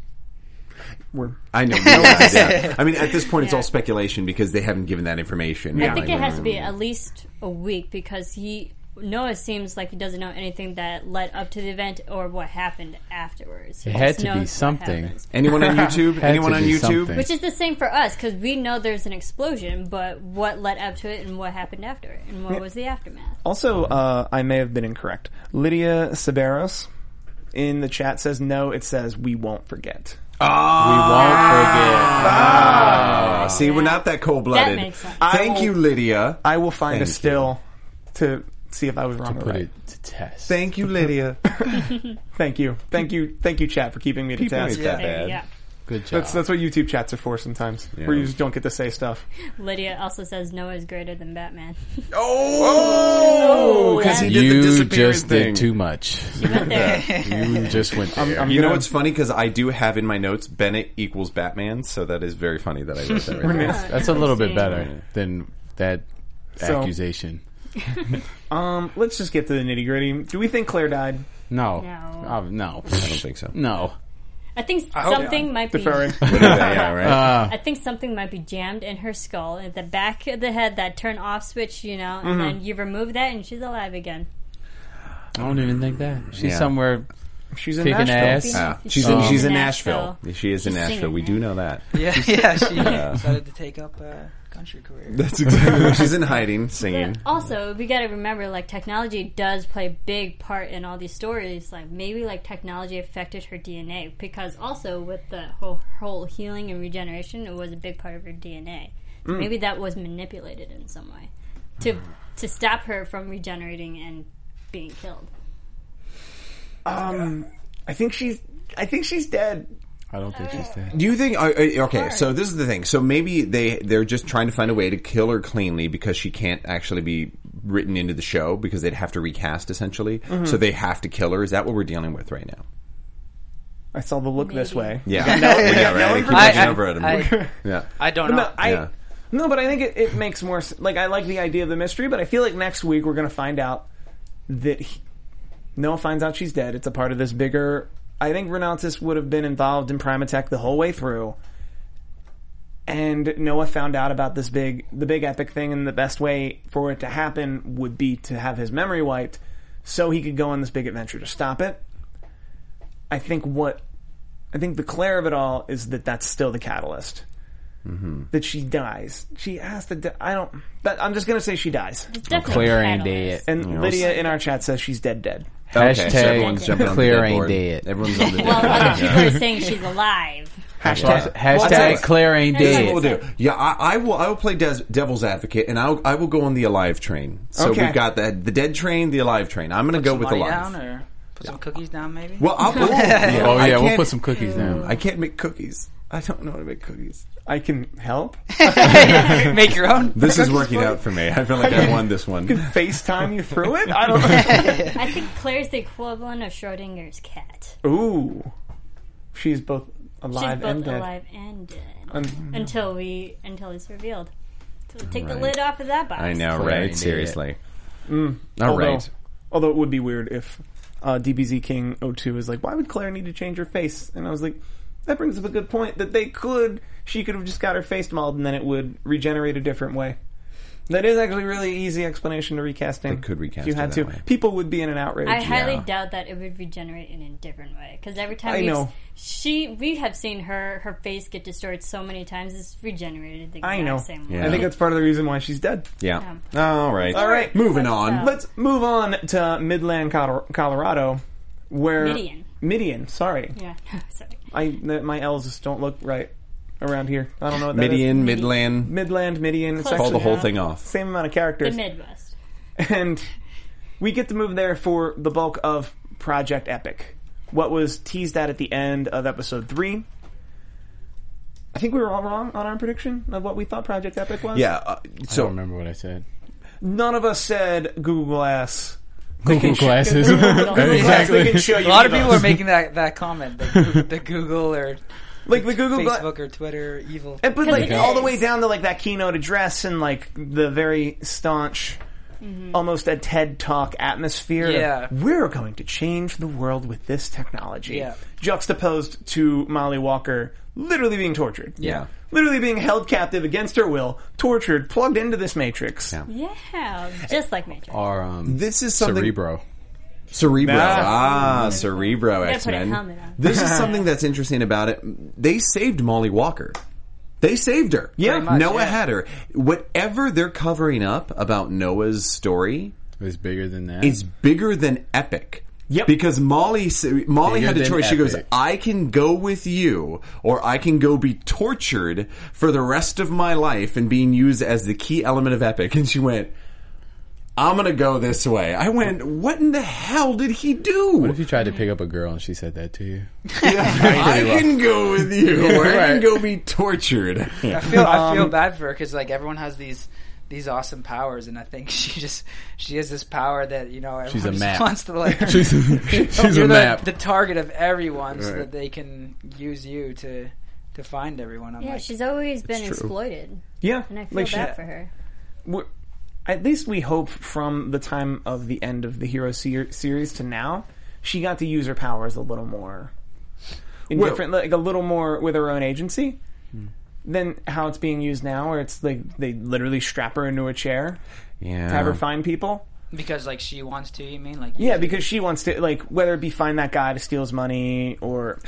B: We're-
C: I know no idea. I mean, at this point, it's all speculation because they haven't given that information.
E: I think it has to be at least a week because he Noah seems like he doesn't know anything that led up to the event or what happened afterwards. He
F: It had
E: just
F: to be
E: knows what
F: something.
E: happens.
C: Anyone on YouTube?
F: Had
C: Anyone
F: to
C: on
F: be
C: YouTube?
F: something.
E: Which is the same for us because we know there's an explosion, but what led up to it and what happened after it and what was the aftermath?
F: Oh,
B: Also, uh, I may have been incorrect. Lydia Saberos in the chat says no. It says we won't forget.
F: We won't forget.
C: Ah, see, we're not that cold blooded.
E: That makes sense.
C: Thank you, Lydia.
B: I will find
C: Thank
B: a
C: you.
B: still to see if I was wrong. or
F: Put
B: right.
F: it to test.
C: Thank you, Lydia.
B: Thank you, thank you, thank you, chat for keeping me to
C: Keeping
B: task.
C: me to-
E: There
C: Bad.
E: you go.
F: Good job.
B: That's that's what YouTube chats are for sometimes, where you just don't get to say stuff.
E: Lydia also says Noah is greater than Batman.
C: Oh, because he did the
F: you
C: disappearing
F: just
C: thing.
F: did too much.
E: But there,
F: you just went there.
C: You know
B: gonna-
C: what's funny? Because I do have in my notes Bennett equals Batman, so that is very funny that I wrote that. Right there.
F: That's a little bit
E: Interesting.
F: better than that
B: So-
F: accusation.
B: Um, let's just get to the nitty gritty. Do we think Claire died?
F: No.
E: No.
F: Oh, no.
C: I don't think so.
F: No.
E: I think
D: hope
E: something might be.
B: Deferring.
C: yeah, right.
F: Uh,
E: I think something might be jammed in her skull at the back of the head, that turn off switch, you know, and then you remove that and she's alive again.
F: I don't even think that. She's
C: Yeah.
F: somewhere
B: She's in
F: Kicking
B: Nashville.
F: ass.
C: Ah,
E: She's
C: she's
E: singing
C: in she's in
E: in
C: Nashville.
E: Nashville.
C: She is in
E: She's
C: Nashville.
E: singing
C: We
E: there.
C: do know that.
D: Yeah, yeah. She decided to take up a country career.
C: That's exactly. she's in hiding, singing.
E: But also, we got to remember, like, technology does play a big part in all these stories. Like, maybe like technology affected her DNA because also with the whole whole healing and regeneration, it was a big part of her DNA. So Maybe that was manipulated in some way to to stop her from regenerating and being killed.
B: Um, I think she's. I think she's dead.
F: I don't think she's dead.
C: Do you think? uh, uh, Okay, so this is the thing. So maybe they they're just trying to find a way to kill her cleanly because she can't actually be written into the show because they'd have to recast essentially. So they have to kill her. Is that what we're dealing with right now?
B: I saw the look this way.
C: Yeah, yeah, right. I keep looking
D: I-
C: over at him.
D: I-
C: yeah.
D: I don't
B: No,
D: know.
B: I.
C: Yeah.
B: No, but I think it, it makes more. s- Like I like the idea of the mystery, but I feel like next week we're gonna find out that he, Noah finds out she's dead. It's a part of this bigger. I think Renatus would have been involved in Prime Attack the whole way through, and Noah found out about this big, the big epic thing, and the best way for it to happen would be to have his memory wiped, so he could go on this big adventure to stop it. I think what I think the clair of it all is that that's still the catalyst. That she dies. She has to. Di- I don't. But I'm just gonna say she dies.
E: It's definitely
F: Clear
E: a
F: ain't
E: catalyst.
F: dead.
B: And Lydia in our chat says she's dead, dead.
C: Okay, so everyone's
F: Hashtag
C: jumping on the
F: clear
C: dead
F: ain't
C: board.
F: dead.
C: Everyone's on the dead.
E: Well,
C: board.
E: other people
C: Yeah.
E: are saying she's alive.
B: Hashtag.
C: Well,
F: Hashtag Claire ain't
E: That's
C: That's
F: dead.
C: what we'll do. Yeah, I, I will. I will play des, devil's advocate, and I'll I will go on the alive train. So
B: Okay.
C: we've got the the dead train, the alive train. I'm going to go
D: Put
C: with
D: some
C: the
D: money
C: alive.
D: down or put some cookies down, maybe.
C: well, I'll, oh yeah,
F: Oh
C: I
F: yeah, we'll
C: can't-
F: put some cookies down.
C: I can't make cookies. I don't know how to make cookies.
B: I can help.
D: Make your own.
C: This is working out for me. I feel like I won this one.
B: FaceTime you through it. I don't.
E: I think Claire's the equivalent of Schrodinger's cat.
B: Ooh. She's both
E: She's
B: alive
E: both
B: and dead.
E: alive and dead
B: Um,
E: until we until it's revealed. So take the
C: Right.
E: lid off of that box.
C: I know,
F: Claire ain't
C: right?
F: dead.
C: Seriously. All
B: although,
C: right.
B: although it would be weird if uh, DBZ King 02 is like, why would Claire need to change her face? And I was like, that brings up a good point that they could. She could have just got her face mauled and then it would regenerate a different way. That is actually a really easy explanation to recasting.
C: They could recast
B: if you had
C: her
B: to.
C: that way.
B: People would be in an outrage.
E: I highly
C: Yeah.
E: doubt that it would regenerate in a different way because every time
B: I
E: we've-
B: know.
E: she we have seen her her face get distorted so many times it's regenerated the exact
B: I know.
E: same
C: Yeah.
E: way.
B: I think that's part of the reason why she's dead.
C: Yeah. All right.
B: All right.
C: Moving on.
B: Let's move on to Midland, Col- Colorado, where
E: Midian.
B: Midian, sorry,
E: Yeah, sorry.
B: uh, I th- my L's just don't look right around here. I don't know what that is.
C: Midian, Midland.
B: Midland, Midian. It's
C: Call
B: actually
C: the whole thing off.
B: same amount of
E: The
B: characters,
E: Midwest.
B: and we get to move there for the bulk of Project Epic. What was teased at at the end of episode three. I think we were all wrong on our prediction of what we thought Project Epic was.
C: Yeah. Uh,
F: I don't
C: so
F: remember what I said.
B: None of us said Google Glass.
F: Google glasses.
B: Google Glass, they can
F: exactly.
B: show you
D: A lot of
B: evil.
D: people are making that, that comment. The Google, the Google or
B: like the Google Glass.
D: Facebook or Twitter evil.
B: And but like
E: it
B: all the
E: is.
B: way down to like that keynote address and like the very staunch,
E: Mm-hmm.
B: almost a TED Talk atmosphere. of,
D: Yeah.
B: we're going to change the world with this technology.
D: Yeah.
B: Juxtaposed to Molly Walker literally being tortured.
C: yeah.
B: Literally being held captive against her will, tortured, plugged into this matrix.
C: Yeah.
E: Yeah, just like Matrix.
F: Or um,
C: This is something.
F: Cerebro.
C: Cerebro.
B: Ah.
C: Ah, Cerebro
E: gotta
C: X
E: put a helmet
C: Men.
E: on.
C: This is something that's interesting about it. They saved Molly Walker. They saved her.
B: Yeah. Pretty much,
C: Noah
D: yeah.
C: had her. Whatever they're covering up about Noah's story
F: is bigger than that.
C: is bigger than epic.
B: Yep.
C: Because Molly s- Molly
F: Bigger
C: had a
F: than
C: choice. She goes,
F: epic.
C: "I can go with you, or I can go be tortured for the rest of my life and being used as the key element of epic." And she went, "I'm gonna go this way." I went, "What in the hell did he do?"
F: What if you tried to pick up a girl and she said that to you?
C: I can go with you, or I can go be tortured.
D: I feel I feel bad for her because like everyone has these these awesome powers, and I think she just she has this power that you know everyone
F: She's a
D: just
F: map.
D: wants to like.
F: She's, she's
D: you're
F: a
D: the,
F: map.
D: the target of everyone, so
F: Right.
D: that they can use you to to find everyone. I'm
E: Yeah,
D: like,
E: she's always been exploited,
B: Yeah.
E: and I feel
B: Like, she-
E: bad for her.
B: we're, at least we hope from the time of the end of the Hero ser- series to now, she got to use her powers a little more, in
C: Well-
B: different, like a little more with her own agency. Than how it's being used now, where it's like they literally strap her into a chair,
C: Yeah.
B: have her find people.
D: because like she wants to. You mean like
B: Yeah, because she wants to like whether it be find that guy to steal his money or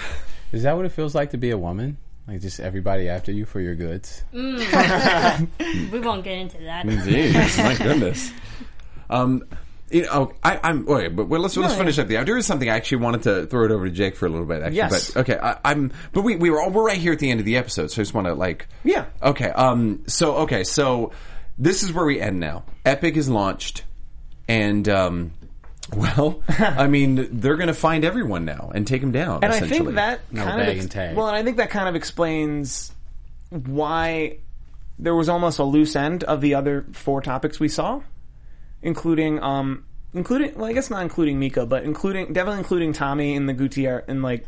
F: Is that what it feels like to be a woman? Like just everybody after you for your goods.
E: We won't get into that.
C: Jeez, my goodness. Um, you know, oh, I, I'm. Wait, but well, let's let's finish up the. There is something I actually wanted to throw it over to Jake for a little bit. Actually,
B: Yes.
C: But okay, I, I'm. But we we were all, we're right here at the end of the episode, so I just want to like.
B: Yeah.
C: Okay. Um. So okay. So this is where we end now. Epic is launched, and um. Well, I mean, they're going to find everyone now and take them down.
B: and I
C: essentially.
B: think that kind of
F: bag and tag.
B: well, and I think that kind of explains why there was almost a loose end of the other four topics we saw, including um, including well, I guess not including Miko, but including definitely including Tommy and the Gutierrez and like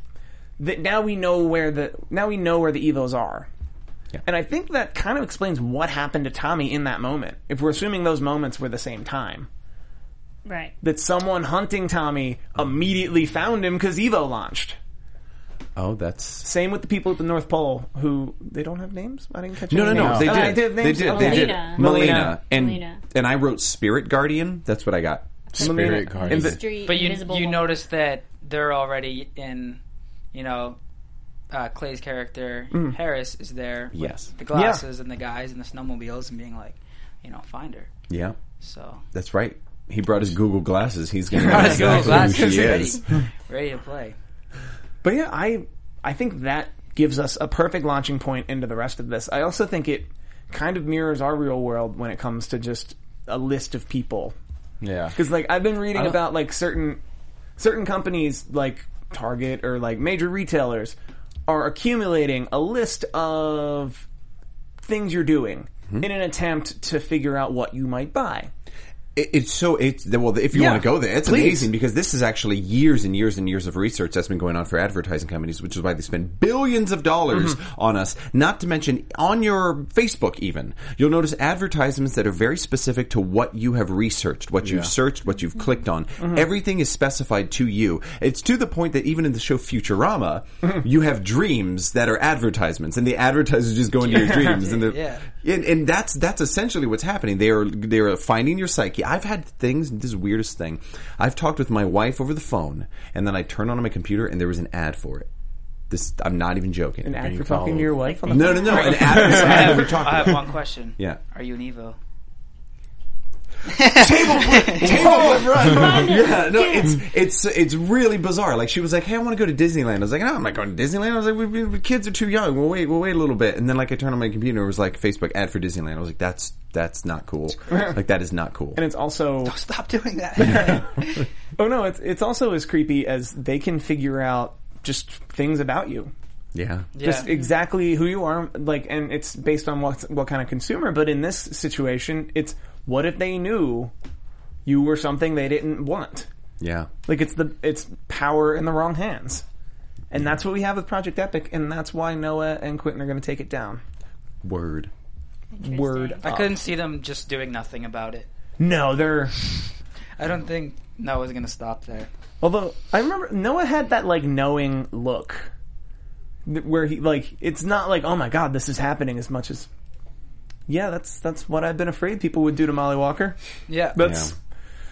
B: that. Now we know where the now we know where the evos are. And I think that kind of explains what happened to Tommy in that moment. If we're assuming those moments were the same time,
E: Right.
B: that someone hunting Tommy immediately found him because Evo launched.
C: Oh, that's
B: Same with the people at the North Pole who they don't have names. I didn't catch.
C: no, no,
B: any
C: no.
B: names.
C: They
B: Oh, I
C: did.
B: did have
C: They
B: names?
C: did.
B: Oh,
C: They did.
E: Melina.
C: Melina and
E: Melina.
C: and I wrote Spirit Guardian. That's what I got.
B: Melina.
F: Spirit guardian.
C: the-
E: Street,
D: But you
E: invisible
D: you
E: woman.
D: notice that they're already in, you know, uh, Clay's character Harris is there. with
C: Mm. Yes.
D: the glasses and the guys and the snowmobiles and being like, you know, find her.
C: Yeah.
D: So
C: That's right. He brought his Google glasses. He's going to know
D: Let's go,
C: exactly who
D: glasses
C: she
D: ready,
C: is.
D: ready to play.
B: But yeah, I I think that gives us a perfect launching point into the rest of this. I also think it kind of mirrors our real world when it comes to just a list of people
F: Yeah.
B: because like I've been
C: Uh-huh.
B: reading about like certain certain companies like Target or like major retailers are accumulating a list of things you're doing
C: Hmm?
B: in an attempt to figure out what you might buy.
C: It- It's so it's well. If you
B: Yeah.
C: want to go there, it's
B: Please.
C: amazing because this is actually years and years and years of research that's been going on for advertising companies, which is why they spend billions of dollars on us. Not to mention on your Facebook, even you'll notice advertisements that are very specific to what you have researched, what you've searched, what you've clicked on. Everything is specified to you. It's to the point that even in the show Futurama, you have dreams that are advertisements, and the advertisers just go into your dreams, and they're-
D: Yeah.
C: and, and that's that's essentially what's happening. They are they are finding your psyche. I've had things. This is the weirdest thing. I've talked with my wife over the phone, and then I turn on my computer, and there was an ad for it. This I'm not even joking.
B: An ad
F: you
B: for talking to
F: follow-
B: your wife on the
C: no, no, no. An ad. for
D: I
C: something
D: have,
C: we're talking
D: I have
C: about.
D: one question.
C: Yeah.
D: Are you an Evo?
B: Oh,
C: yeah, no, it's it's it's really bizarre. Like she was like, "Hey, I want to go to Disneyland." I was like, "No, I'm not going to Disneyland." I was like, we, we, we- "Kids are too young. We'll wait. We'll wait a little bit." And then like I turned on my computer, it was like Facebook ad for Disneyland. I was like, "That's that's not cool. Like that is not cool."
B: and it's also
D: Stop doing that.
B: oh no, it's it's also as creepy as they can figure out just things about you.
C: Yeah.
B: just exactly who you are like and it's based on what what kind of consumer but in this situation it's what if they knew you were something they didn't want
C: Yeah.
B: like it's the it's power in the wrong hands and that's what we have with project epic and that's why noah and quentin are going to take it down
C: Word.
B: word
D: I
B: up.
D: couldn't see them just doing nothing about it.
B: no they're
D: I don't think Noah's gonna stop there.
B: although i remember noah had that like knowing look th- where he like it's not like oh my god this is happening as much as yeah that's that's what i've been afraid people would do to molly walker
D: Yeah.
B: that's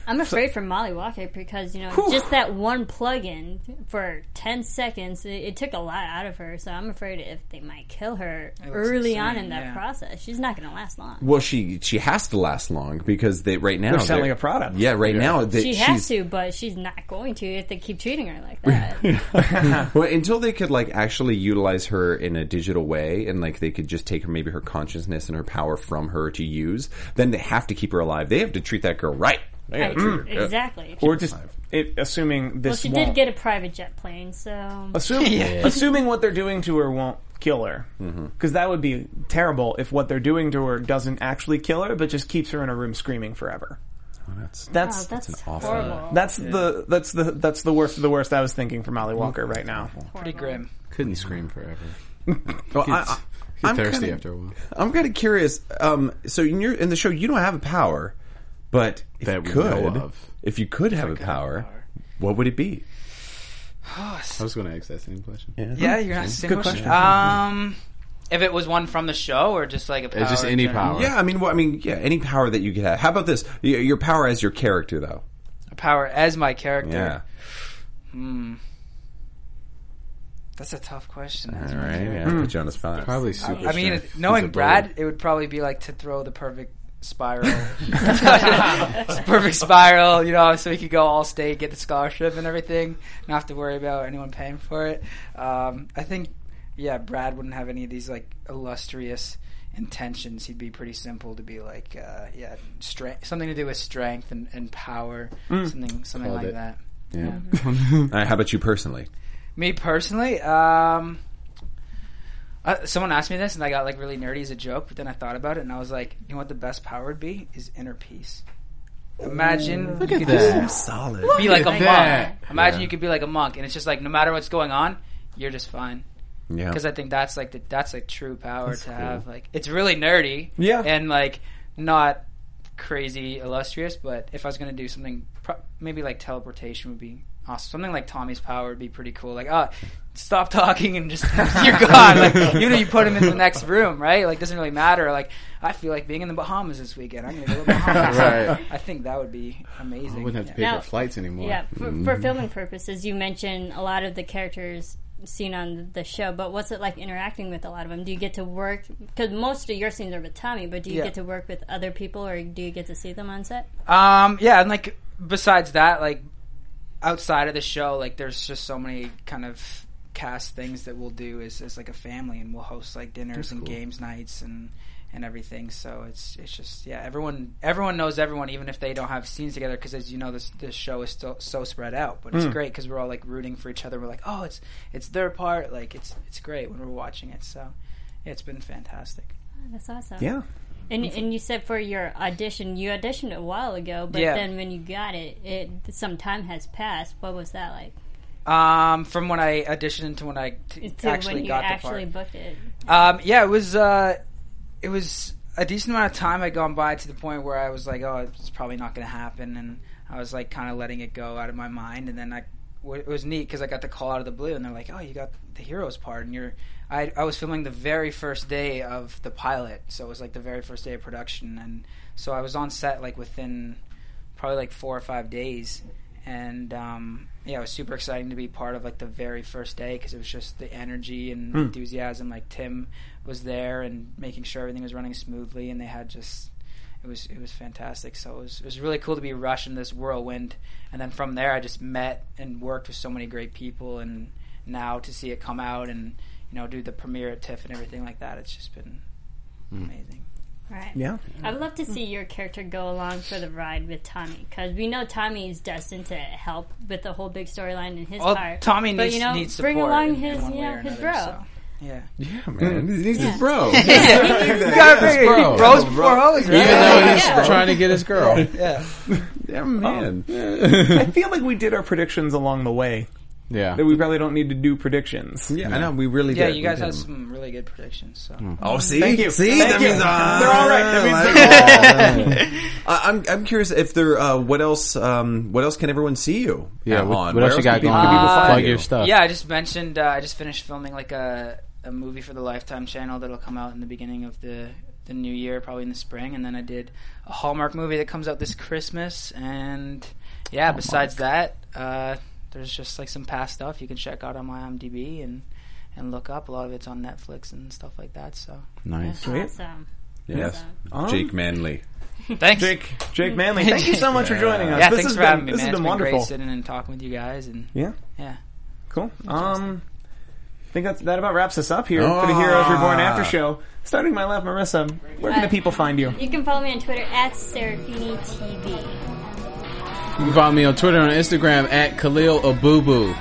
E: I'm afraid for Molly Walker because you know just that one plug-in for ten seconds it, it took a lot out of her. So I'm afraid if they might kill her early on
D: insane,
E: in that
D: yeah.
E: process, she's not going to last long.
C: Well, she she has to last long because they right now
B: They're selling a product.
C: Yeah, right now that
E: she has to, but she's not going to if they keep treating her like that.
C: Well, until they could like actually utilize her in a digital way, and like they could just take her maybe her consciousness and her power from her to use, then they have to keep her alive. They have to treat that girl right. They gotta treat her good.
E: exactly.
B: or just it, assuming
E: well,
B: this
E: she
B: won't
E: did get a private jet plane, so
B: Assume- assuming what they're doing to her won't kill her because that would be terrible if what they're doing to her doesn't actually kill her but just keeps her in a room screaming forever
C: That's-
E: oh,
B: that's
E: that's,
C: awful-
E: horrible.
B: that's the that's the that's the worst of the worst I was thinking for Molly Walker right now.
D: Pretty grim.
F: Couldn't scream forever.
C: Well, I, I,
F: Get
C: am
F: thirsty
C: kinda,
F: after a while.
C: I'm kind of curious. Um, so in your in the show, you don't have a power, but if
F: That
C: you
F: we
C: could,
F: know of.
C: if you could have a power, what would it be?
F: I was going to ask that same question.
D: Yeah, you're not a single. question. Um, If it was one from the show or just like a power
F: It's just
D: in
F: any
D: general?
F: power.
C: Yeah, I mean, well, I mean, yeah, any power that you could have. How about this? Y- Your power as your character, though.
D: A power as my character. Hmm.
C: Yeah.
D: That's a tough question.
C: All
D: That's my
C: right.
D: favorite.
C: Yeah. Put you on the spot.
F: Hmm. Probably super.
D: I mean,
F: strength.
D: it- knowing
F: He's a
D: Brad,
F: bully.
D: it would probably be like to throw the perfect spiral, perfect spiral. You know, so he could go all state, get the scholarship and everything, not have to worry about anyone paying for it. Um, I think, yeah, Brad wouldn't have any of these like illustrious intentions. He'd be pretty simple to be like, uh, yeah, strength, something to do with strength and, and power, something, something
F: Called Mm.
D: like
F: it.
D: that.
C: All right, how about you personally?
D: Me personally, um, uh, someone asked me this, and I got like really nerdy as a joke. But then I thought about it, and I was like, you know what? The best power would be is inner peace. Imagine you could
F: that.
C: Solid.
D: just be like a
F: at that.
D: monk. Imagine you could be like a monk, and it's just like no matter what's going on, you're just fine.
C: Yeah.
D: Because I think that's like the, that's like true power to have. Like it's really nerdy,
C: Yeah.
D: and like not crazy illustrious. But if I was gonna do something, pro- maybe like teleportation would be awesome. Something like Tommy's power would be pretty cool. Like ah. Stop talking and just you're gone. Like you know, you put him in the next room, right? Like doesn't really matter. Like I feel like being in the Bahamas this weekend. I'm gonna go to the Bahamas.
F: Right.
D: I think that would be amazing.
F: I wouldn't have to pay
E: Now-
F: for flights anymore.
E: Yeah, for,
D: Mm-hmm.
E: for filming purposes, you mentioned a lot of the characters seen on the show, but what's it like interacting with a lot of them? Do you get to work? Because most of your scenes are with Tommy, but do you
D: Yeah.
E: get to work with other people, or do you get to see them on set?
D: Um, yeah, and like besides that, like outside of the show, like there's just so many kind of cast things that we'll do as, as like a family, and we'll host like dinners and games nights and and everything. So it's it's just yeah, everyone everyone knows everyone, even if they don't have scenes together. Because as you know, this this show is still so spread out, but it's great because we're all like rooting for each other. We're like, oh, it's it's their part. Like it's it's great when we're watching it. So yeah, it's been fantastic.
E: That's awesome.
C: yeah.
E: And and you said for your audition, you auditioned a while ago, but
D: Yeah.
E: then when you got it, it some time has passed. What was that like?
D: Um, from when I auditioned to when I t-
E: To
D: actually
E: when you
D: got the part.
E: actually booked it.
D: Um, yeah, it was. Uh, it was a decent amount of time had gone by to the point where I was like, "Oh, it's probably not going to happen," and I was like, kind of letting it go out of my mind. And then I, w- it was neat because I got the call out of the blue, and they're like, "Oh, you got the heroes part," and you're. I, I was filming the very first day of the pilot, so it was like the very first day of production, and so I was on set like within probably like four or five days and um, yeah it was super exciting to be part of like the very first day because it was just the energy and
C: Hmm.
D: enthusiasm like tim was there and making sure everything was running smoothly and they had just it was it was fantastic so it was, it was really cool to be rushed in this whirlwind and then from there i just met and worked with so many great people and now to see it come out and you know do the premiere at tiff and everything like that it's just been
C: Hmm.
D: amazing
E: Right.
B: Yeah.
E: I would love to see your character go along for the ride with Tommy because we know Tommy is destined to help with the whole big storyline in his
D: well
E: part.
D: tommy
E: but
D: needs,
E: you know,
D: needs support
E: bring along
D: in- in
E: his
D: one way
E: yeah
D: or
E: his
D: another,
E: bro.
D: so, yeah
C: Yeah, man. He's his bro.
F: Bro.
D: Bros before hoes, right?
F: Even though he's trying to get his girl.
C: Yeah, man.
B: I feel like we did our predictions along the way.
F: Yeah.
B: That we probably don't need to do predictions.
C: Yeah, I know. We really
D: Yeah,
C: did.
D: you guys
C: We did.
D: had some really good predictions. So
C: Oh, see,
B: Thank you.
C: see,
B: Thank
C: that
B: you.
C: means uh,
B: They're all right. That means
C: like- I- I'm I'm curious if there. Uh, what else? Um, what else can everyone see you? uh,
F: Yeah,
C: on?
F: what, what else you got
C: can
F: going
C: people- can people
F: on?
C: find
F: Plug
C: you?
F: your stuff.
D: yeah, I just mentioned uh, I just finished filming like a a movie for the Lifetime channel that'll come out in the beginning of the the new year, probably in the spring, and then I did a Hallmark movie that comes out this Christmas, and yeah, besides that, uh, there's just like some past stuff you can check out on my IMDb and and look up. A lot of it's on Netflix and stuff like that. So
F: Nice.
E: Awesome.
C: Yes,
F: Um,
C: Jake Manley.
D: thanks.
B: Jake, Jake
E: Mm.
B: Manley, thank you so much for joining us.
D: Yeah,
B: this has
D: thanks for
B: been,
D: having me,
B: This
D: man.
B: has been,
D: it's been
B: wonderful.
D: great sitting and talking with you guys, and
B: yeah,
D: yeah.
B: cool. Um, I think that's, that about wraps us up here for the Heroes Reborn After Show. Starting my left, Marissa, where can the people find you?
E: You can follow me on Twitter at Serafini TV.
F: You can follow me on Twitter and Instagram at Khalil Abubu.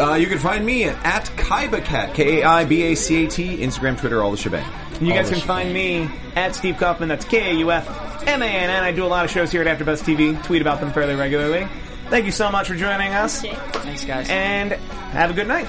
C: Uh, you can find me at KaibaCat, K A I B A C A T, Instagram, Twitter, all the shebang.
B: You guys can find me at Steve Kaufman. That's K A U F M A N N. I do a lot of shows here at AfterBuzz TV. Tweet about them fairly regularly. Thank you so much for joining us,
D: Thanks, guys.
B: and have a good night.